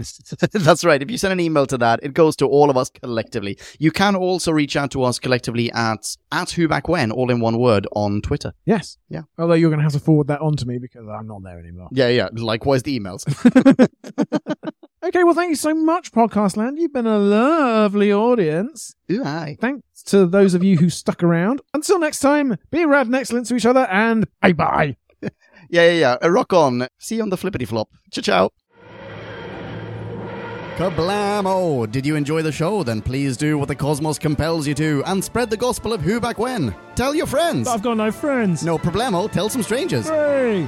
Speaker 2: That's right. If you send an email to that, it goes to all of us collectively. You can also reach out to us collectively at at who back when, all in one word, on Twitter.
Speaker 1: Yes.
Speaker 2: Yeah.
Speaker 1: Although you're going to have to forward that on to me because I'm not there anymore.
Speaker 2: Yeah, yeah. Likewise, the emails.
Speaker 1: Okay, well, thank you so much, Podcast Land. You've been a lovely audience.
Speaker 2: Ooh, aye.
Speaker 1: Thanks to those of you who stuck around. Until next time, be rad and excellent to each other, and bye bye.
Speaker 2: Yeah, yeah, yeah. Uh, rock on. See you on the flippity flop. Ciao, ciao. Kablamo! Did you enjoy the show? Then please do what the cosmos compels you to and spread the gospel of who back when. Tell your friends.
Speaker 1: got no friends.
Speaker 2: No problemo, tell some strangers.
Speaker 1: Hey!